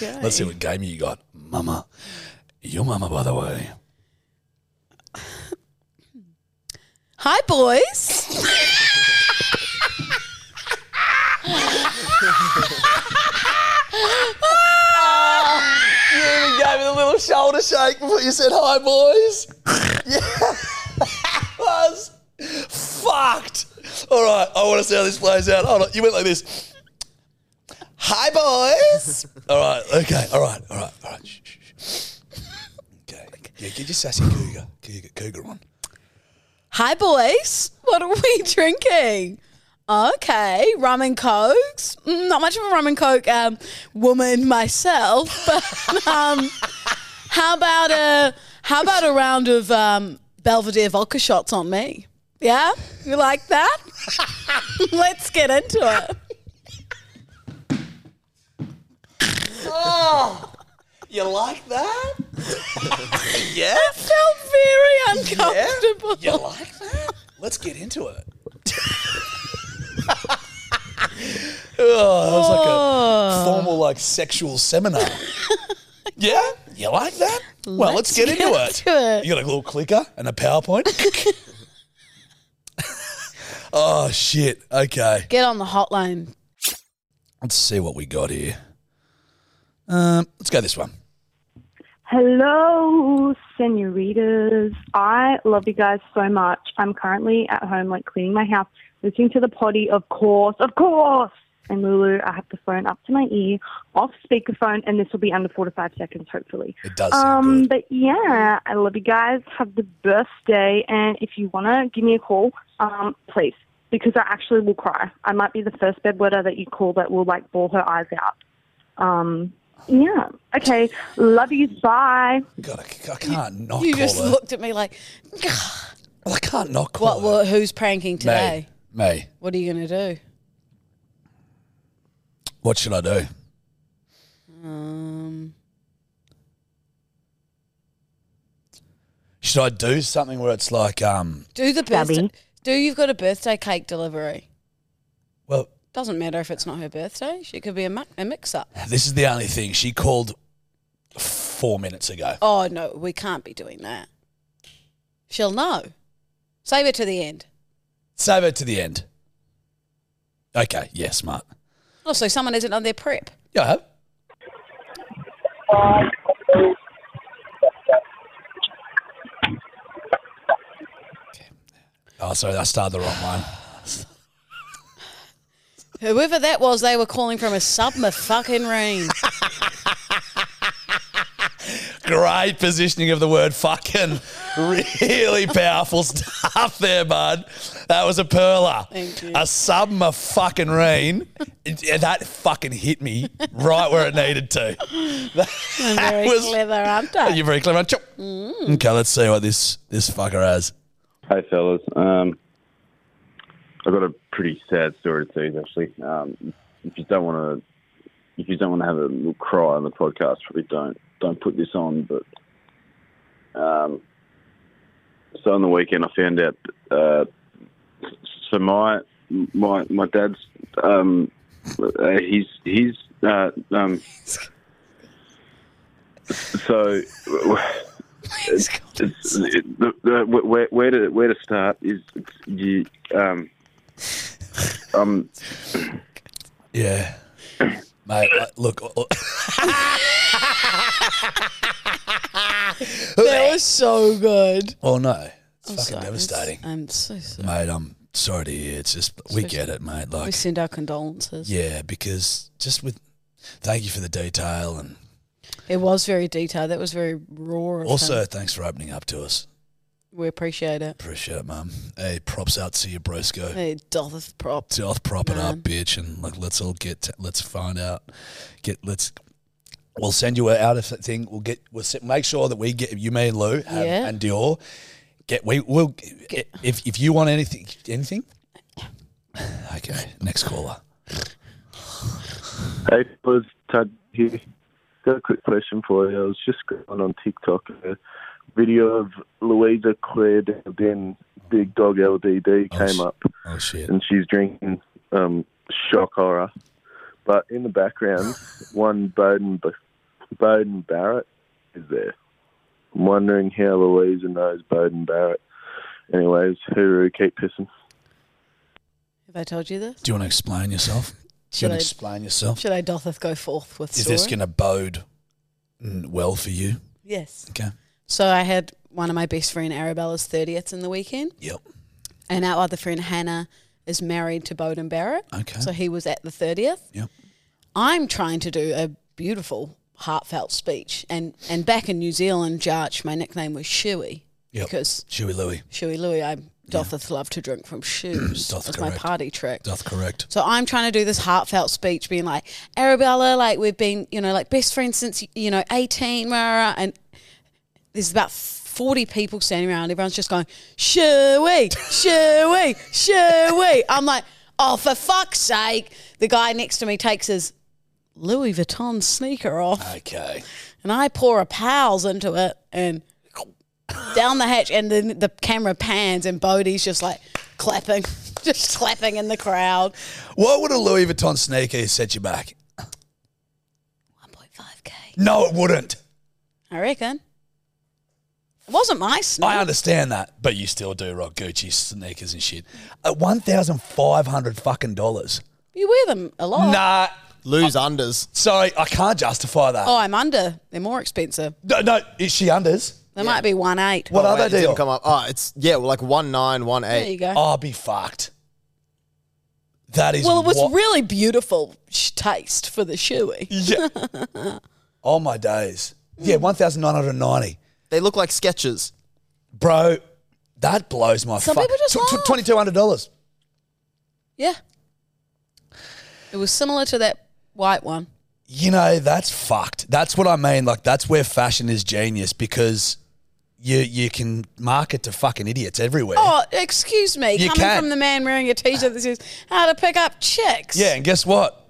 A: Let's see what game you got, Mama. Your mama, by the way.
B: Hi, boys.
A: You even gave it a little shoulder shake before you said hi, boys. yeah, that was fucked. All right, I want to see how this plays out. Hold on, you went like this. Hi, boys. all right, okay, all right, all right, all right. Shh, shh, shh. Okay, yeah, get your sassy cougar, cougar, cougar on.
B: Hi, boys. What are we drinking? Okay, rum and cokes. Mm, Not much of a rum and coke um, woman myself, but um, how about a how about a round of um, Belvedere vodka shots on me? Yeah, you like that? Let's get into it.
A: You like that?
B: I felt very uncomfortable.
A: You like that? Let's get into it. oh, that was like a formal, like sexual seminar. yeah, you like that? well, let's, get, into, it.
B: into it.
A: You got a little clicker and a PowerPoint. oh shit! Okay,
B: Get on the hotline.
A: let's see what we got here. Um, let's go this one.
F: Hello, senoritas. I love you guys so much. I'm currently at home, like cleaning my house, listening to the potty, of course, of course. And Lulu, I have the phone up to my ear, off speakerphone, and this will be under four to five seconds, hopefully.
A: It does sound
F: Um,
A: good.
F: but yeah, I love you guys. Have the best day, and if you wanna give me a call, um, please, because I actually will cry. I might be the first bedwetter that you call that will like bawl her eyes out. Um, yeah. Okay. Love you. Bye.
A: God, I, I can't not
B: You
A: call
B: just
A: her.
B: looked at me like,
A: I can't not call
B: what?
A: her.
B: what who's pranking today?
A: May, May,
B: What are you going to do?
A: what should I do?
B: Um,
A: should I do something where it's like, um,
B: Do the birthday. Do you've got a birthday cake delivery?
A: well,
B: Doesn't matter if it's not her birthday. She could be a, mu- a mix up.
A: this is the only thing she called four minutes ago.
B: Oh no, we can't be doing that. She'll know. Save it to the end.
A: Save it to the end. Okay, yeah, smart.
B: Also, someone isn't on their prep.
A: Yeah, I have. Oh, sorry, I started the wrong one.
B: Whoever that was, they were calling from a submer fucking rain.
A: Great positioning of the word fucking. Really powerful stuff there, bud. That was a perler.
B: Thank you.
A: A subma fucking rain. that fucking hit me right where it needed to.
B: I'm very
A: was-
B: clever, aren't I?
A: You're very clever. Chop.
B: Mm.
A: Okay, let's see what this, this fucker has.
G: Hey, fellas. Um, I've got a pretty sad story to tell you, actually. Um, if you don't want to, if you don't want to have a little cry on the podcast, probably don't don't put this on. But um, so on the weekend, I found out. Uh, so my my my dad's um, uh, he's he's uh, um. So. It's- it- the- the- where, where to where to start is you um um
A: Yeah. Mate, I- look.
B: That was so good.
A: Oh, no. It's
B: I'm
A: fucking
B: sorry.
A: devastating.
B: I'm so sorry.
A: Mate, I'm sorry to hear. It's just, we get it, mate.
B: We
A: Like,
B: send our condolences.
A: yeah, because just with, thank you for the detail and
B: It was very detailed. That was very raw. Of
A: Also,
B: him.
A: thanks for opening up to us.
B: we appreciate it.
A: Appreciate it, mum. Hey, props out to you, brosco.
B: Hey, doth prop.
A: Doth prop it up,
B: Man.
A: bitch, and like let's all get t- let's find out. Get let's. We'll send you out of thing. We'll get we'll se- make sure that we get you, me, and Lou, have,
B: Yeah.
A: and Dior. Get we will if if you want anything anything. Okay, next caller.
G: hey was Tad here. Got a quick question for you. I was just going on TikTok a video of Louisa Claire then Big Dog LDD
A: Oh,
G: came
A: sh-
G: up
A: Oh shit!
B: Mm.
G: and she's drinking um shock horror, but in the background one Bowden Bowden Barrett is there. I'm wondering how Louisa knows Bowden Barrett. Anyways, hooroo, keep pissing.
B: Have I told you this?
A: Do you want to explain yourself? Do you
B: Should
A: want
B: I-
A: to explain yourself?
B: Should I dotheth go forth with
A: Is
B: story?
A: this going to bode mm, well for you?
B: yes.
A: Okay.
B: So I had one of my best friend Arabella's thirtieth in the weekend,
A: Yep.
B: and our other friend Hannah is married to Bowden Barrett.
A: Okay.
B: So he was at the thirtieth.
A: Yep.
B: I'm trying to do a beautiful, heartfelt speech, and and back in New Zealand, Jarch, my nickname was Shuey
A: Yep.
B: because
A: Chewy Louie.
B: Shuey Louie, I dotheth love to drink from shoes.
A: Doth
B: That's my
A: correct.
B: party trick.
A: Doth correct.
B: So I'm trying to do this heartfelt speech, being like, Arabella, like we've been, you know, like best friends since you know 18, rah, rah," and there's about 40 people standing around. Everyone's just going, "Shall we? Shall we? Shall we?" I'm like, "Oh, for fuck's sake!" The guy next to me takes his Louis Vuitton sneaker off,
A: Uh. Okay.
B: and I pour a pals into it, and down the hatch, and then the camera pans, and Bodie's just like clapping, just clapping in the crowd.
A: What would a Louis Vuitton sneaker set you back?
B: 1.5k.
A: No, it wouldn't.
B: I reckon. It wasn't my sneak.
A: I understand that, but you still do rock Gucci sneakers and shit. At one thousand five hundred fucking dollars.
B: you wear them a lot.
A: Nah,
C: Lose unders.
A: sorry, I can't justify that.
B: Oh, I'm under. They're more expensive.
A: No, no, is she unders?
B: They might be one eight.
A: What
C: Oh,
A: other
C: wait, it
A: deal?
C: Didn't come up. Oh, it's yeah, well, like one nine, one
B: There
C: eight.
B: you go.
A: I'll be fucked. That is
B: well, it was
A: what-
B: really beautiful sh- taste for the shoey.
A: Yeah. oh my days. Yeah, one thousand nine hundred ninety,
C: They look like sketches.
A: bro. That blows my.
B: Some
A: fuck-
B: people just laugh.
A: twenty two hundred dollars.
B: Yeah. It was similar to that white one.
A: You know, that's fucked. That's what I mean. Like that's where fashion is genius because you you can market to fucking idiots everywhere.
B: Oh, excuse me.
A: You
B: Coming
A: can.
B: from the man wearing a t-shirt that says "How to pick up chicks."
A: Yeah, and guess what?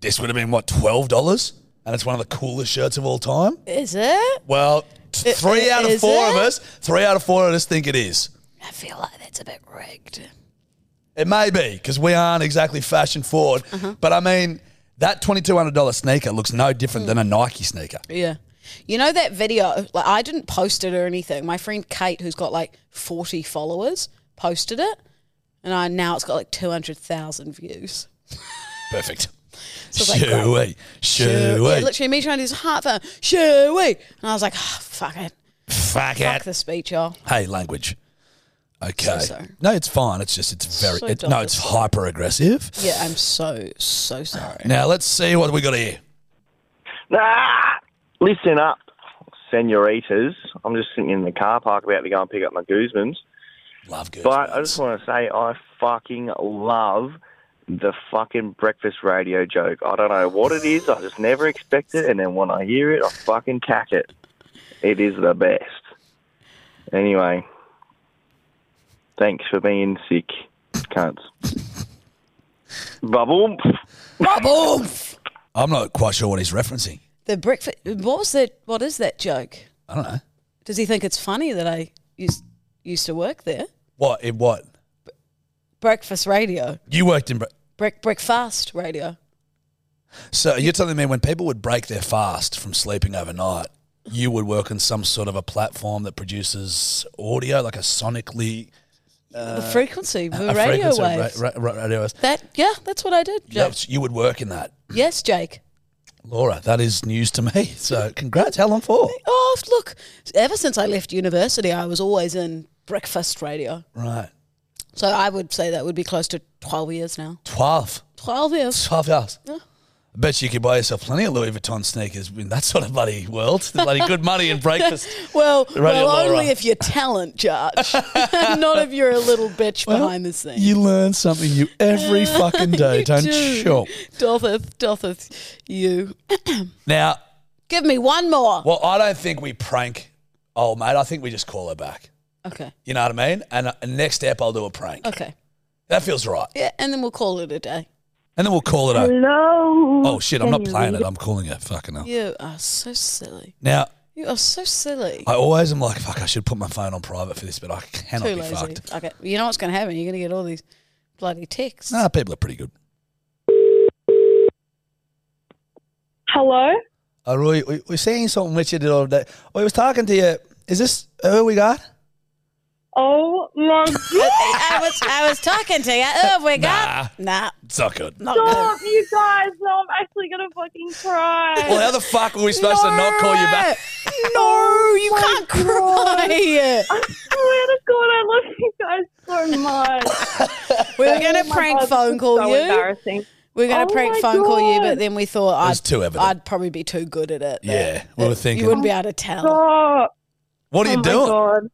A: This would have been what twelve dollars, and it's one of the coolest shirts of all time.
B: Is it?
A: Well, Three out of
B: Is
A: four of
B: it?
A: us, three out of four of us think it is.
B: I feel like that's a bit rigged.
A: It may be because we aren't exactly fashion forward,
B: Uh-huh.
A: but I mean that twenty two hundred dollar sneaker looks no different than a Nike sneaker.
B: Yeah. You know that video? Like I didn't post it or anything. My friend Kate, who's got like forty followers, posted it, and I now it's got like two hundred thousand views.
A: Perfect.
B: So I was like,
A: Shooey,
B: Yeah,
A: shooey,
B: literally me trying to do this heart phone. Shooey, and I was like, "Ah, fuck it,
A: fuck
B: fuck
A: it.
B: the speech, y'all.
A: Hey, language. Okay.
B: sorry.
A: No, it's fine. It's just it's very
B: So
A: it,
B: dumb.
A: no, it's hyper aggressive.
B: Yeah, I'm so so sorry.
A: Now let's see what we got here.
G: Ah, listen up, senoritas. I'm just sitting in the car park about to go and pick up my Guzmans.
A: Love good.
G: But I just want to say I fucking love the fucking breakfast radio joke. I don't know what it is. I just never expect it. And then when I hear it, I fucking cack it. It is the best. Anyway, thanks for being sick, cunts. Bubble.
A: Ah, Boom. I'm not quite sure what he's referencing.
B: The breakfast. What was that? What is that joke?
A: I don't know.
B: Does he think it's funny that I used used to work there?
A: What? It, what?
B: Breakfast radio,
A: You worked in. bre-
B: break breakfast radio.
A: So you're telling me when people would break their fast from sleeping overnight, you would work on some sort of a platform that produces audio, like a sonically
B: the frequency, the
A: Uh, a
B: radio
A: frequency of ra-
B: waves.
A: ra- ra- radio waves.
B: That yeah, that's what I did. Jake.
A: That's- You would work in that,
B: Yes, Jake.
A: Laura. That is news to me. So congrats. How long for?
B: Oh look, ever since I left university, I was always in breakfast radio.
A: Right,
B: So I would say that would be close to twelve years now.
A: twelve.
B: Twelve years.
A: Twelve hours.
B: Yeah.
A: I bet you could buy yourself plenty of Louis Vuitton sneakers in that sort of bloody world. bloody good money and breakfast.
B: Well,
A: Radio
B: well,
A: Laura.
B: only if you're talent, Judge. Not if you're a little bitch behind the scenes.
A: You learn something new every fucking day,
B: You
A: don't
B: do.
A: you?
B: Dotheth, dotheth, you.
A: Now,
B: Give me one more.
A: Well, I don't think we prank old mate. I think we just call her back.
B: Okay.
A: You know what I mean? And uh, next step, I'll do a prank.
B: Okay.
A: That feels right.
B: Yeah, and then we'll call it a day.
A: And then we'll call it a.
F: Hello.
A: Oh shit! I'm not playing it.
F: senorita.
A: I'm calling her. Fucking hell.
B: You are so silly.
A: Now
B: You are so silly.
A: I always am like, fuck. I should put my phone on private for this, but I cannot
B: Too
A: be
B: lazy.
A: fucked.
B: Okay. You know what's going to happen? You're going to get all these bloody texts.
A: Nah, people are pretty good.
F: Hello.
A: Oh, Roy, we, we're seeing something with you the other day. I was talking to you. Is this who we got?
F: Oh my god!
B: I was I was talking to you. Oh, we got nah.
A: It's not good.
B: Not
F: Stop,
B: good.
F: you guys! No, I'm actually gonna fucking cry.
A: Well, how the fuck were we supposed to not call you back? Oh
B: no, you can't cry.
F: I swear to God, I love you guys so much.
B: We were going
F: Oh
B: to
F: my
B: prank
F: God, this
B: phone
F: is
B: call
F: so
B: you.
F: Embarrassing.
B: We were going to
F: Oh
B: prank
F: my
B: phone call you,
F: God.
B: but then we thought
A: It was
B: I'd,
A: too evident.
B: I'd probably be too good at it.
A: Yeah, we
B: That
A: were thinking. "Oh
B: You wouldn't be able to tell.
F: Stop.
A: What are you
F: oh
A: doing?
F: My God.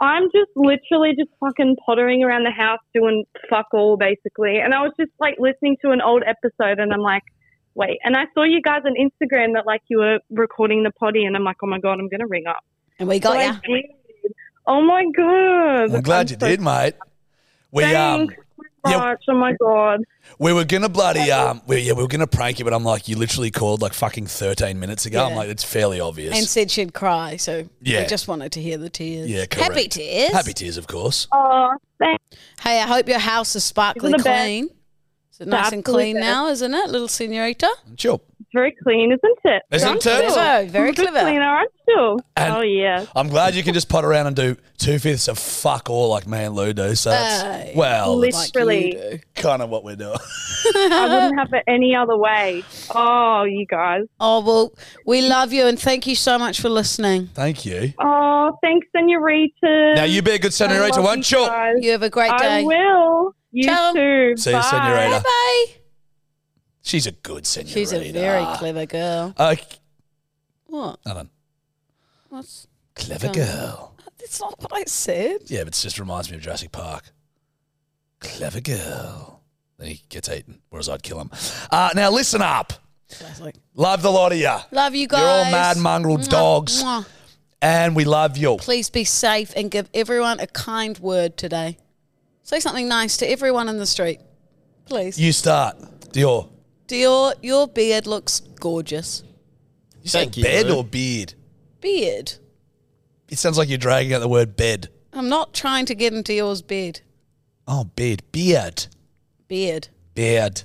F: I'm just literally just fucking pottering around the house doing fuck all basically. And I was just like listening to an old episode and I'm like, wait. And I saw you guys on Instagram that like you were recording the potty and I'm like, oh my God, I'm going to ring up.
B: And we
F: So
B: got
F: I
B: ya.
F: did. Oh my God.
A: I'm glad
F: I'm
A: you
F: so
A: did, mate. We um,
F: Thanks
A: yeah.
F: so much. Oh my God.
A: We were gonna bloody um, we, yeah, we were gonna prank you, but I'm like, you literally called like fucking 13 minutes ago. I'm
B: Yeah.
A: like, it's fairly obvious.
B: and said she'd cry. So yeah.
A: Yeah.
B: we just wanted to hear the tears.
A: yeah, correct.
B: happy tears.
A: Happy tears, of course.
F: Oh, thanks.
B: Hey, I hope your house is sparkly
F: Isn't it best?
B: clean. Is it nice and
F: Absolutely
B: clean
F: best.
B: now, isn't it, little senorita?
A: Sure.
F: It's very clean, isn't it?
A: Isn't
F: Aren't
A: it?
F: you?
B: Clever, very
F: Good
B: clever.
F: Cleaner, aren't you?
A: And-
F: oh yeah.
A: I'm glad you can just pot around and do two fifths of fuck all like me and Lou do. So that's
B: Hey.
A: well, that's
B: Like
F: Literally.
B: you do.
A: kind of what we're doing.
F: I wouldn't have it any other way. Oh, you guys.
B: Oh well, we love you and thank you so much for listening.
A: Thank you.
F: Oh, thanks, senoritas.
A: Now you be a good
F: I
A: senorita,
F: love
A: won't you?
F: guys.
B: You have a great
F: I
B: day.
F: will. You
B: Ciao.
F: too.
A: See you,
F: Bye.
A: senorita.
B: Bye.
A: She's a good senorita.
B: She's a very clever girl.
A: Uh,
B: What?
A: Alan,
B: What's?
A: clever
B: Um,
A: girl.
B: That's not what I said.
A: Yeah, but it just reminds me of Jurassic Park. Clever girl. Then he gets eaten, whereas I'd kill him. Uh, now listen up. Love the lot of you.
B: Love you guys.
A: You're all mad mongrel
B: Mwah,
A: dogs.
B: mwah.
A: And we love you.
B: Please be safe and give everyone a kind word today. Say something nice to everyone in the street, please.
A: You start. Dior.
B: Dior, your beard looks gorgeous.
A: You say
C: Thank you,
A: bed
C: Lou.
A: or beard?
B: Beard.
A: It sounds like you're dragging out the word bed.
B: I'm not trying to get into yours bed.
A: Oh, bed. Beard.
B: Beard.
A: Beard.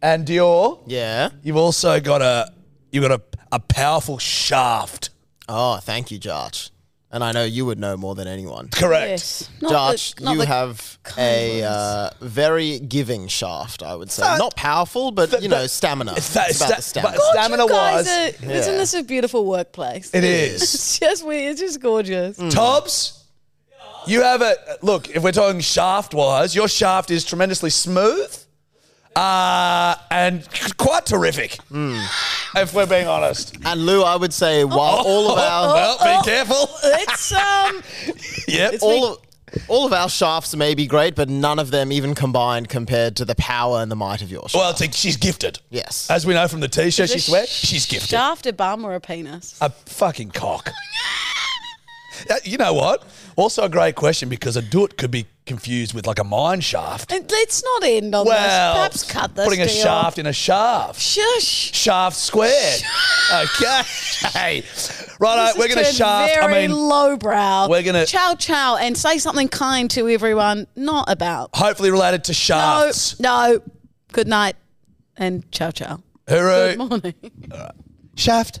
A: And Dior.
C: Yeah.
A: You've also got a you've got a, a powerful shaft.
C: Oh, thank you, Jarch. And I know you would know more than anyone.
A: Correct.
B: Yes.
C: Jarch,
B: the- not
C: you
B: the-
C: have a uh, very giving shaft, I would say. Not powerful, but you know, stamina.
A: It's
C: It's,
A: that-
C: about
A: sta-
C: the stamina.
A: but-
B: God,
A: Stamina
B: you guys
A: wise.
B: are- Isn't this a beautiful workplace?
A: It is. Mm.
B: It's just weird. It's just gorgeous.
A: Tobs, you have a look. If we're talking shaft wise, your shaft is tremendously smooth uh, and c- quite terrific.
C: Hmm.
A: If we're being honest,
C: and Lou, I would say, while
B: Oh.
C: all of our
A: well, be careful.
B: It's um.
A: Yep.
C: all of, all of our shafts may be great, but none of them even combined compared to the power and the might of your shaft.
A: well, it's like she's gifted.
C: yes.
A: As we know from the t-shirt
B: Is a
A: she wears,
B: sh-
A: she's gifted.
B: Shaft, a bum, or a penis?
A: A fucking cock. Uh, you know what? Also a great question because a doot could be confused with like a mine shaft.
B: And let's not end on
A: Well,
B: this. Perhaps cut this.
A: putting a
B: deal.
A: shaft in a shaft.
B: Shush.
A: Shaft squared. okay. Hey. Right,
B: This
A: we're
B: has
A: going to
B: turned
A: shaft. I
B: Very
A: mean,
B: lowbrow.
A: we're gonna-
B: chow chow and say something kind to everyone. Not about.
A: hopefully related to
B: No,
A: shafts.
B: no. Good night and chow chow.
A: Hooroo.
B: Good morning.
A: Shaft.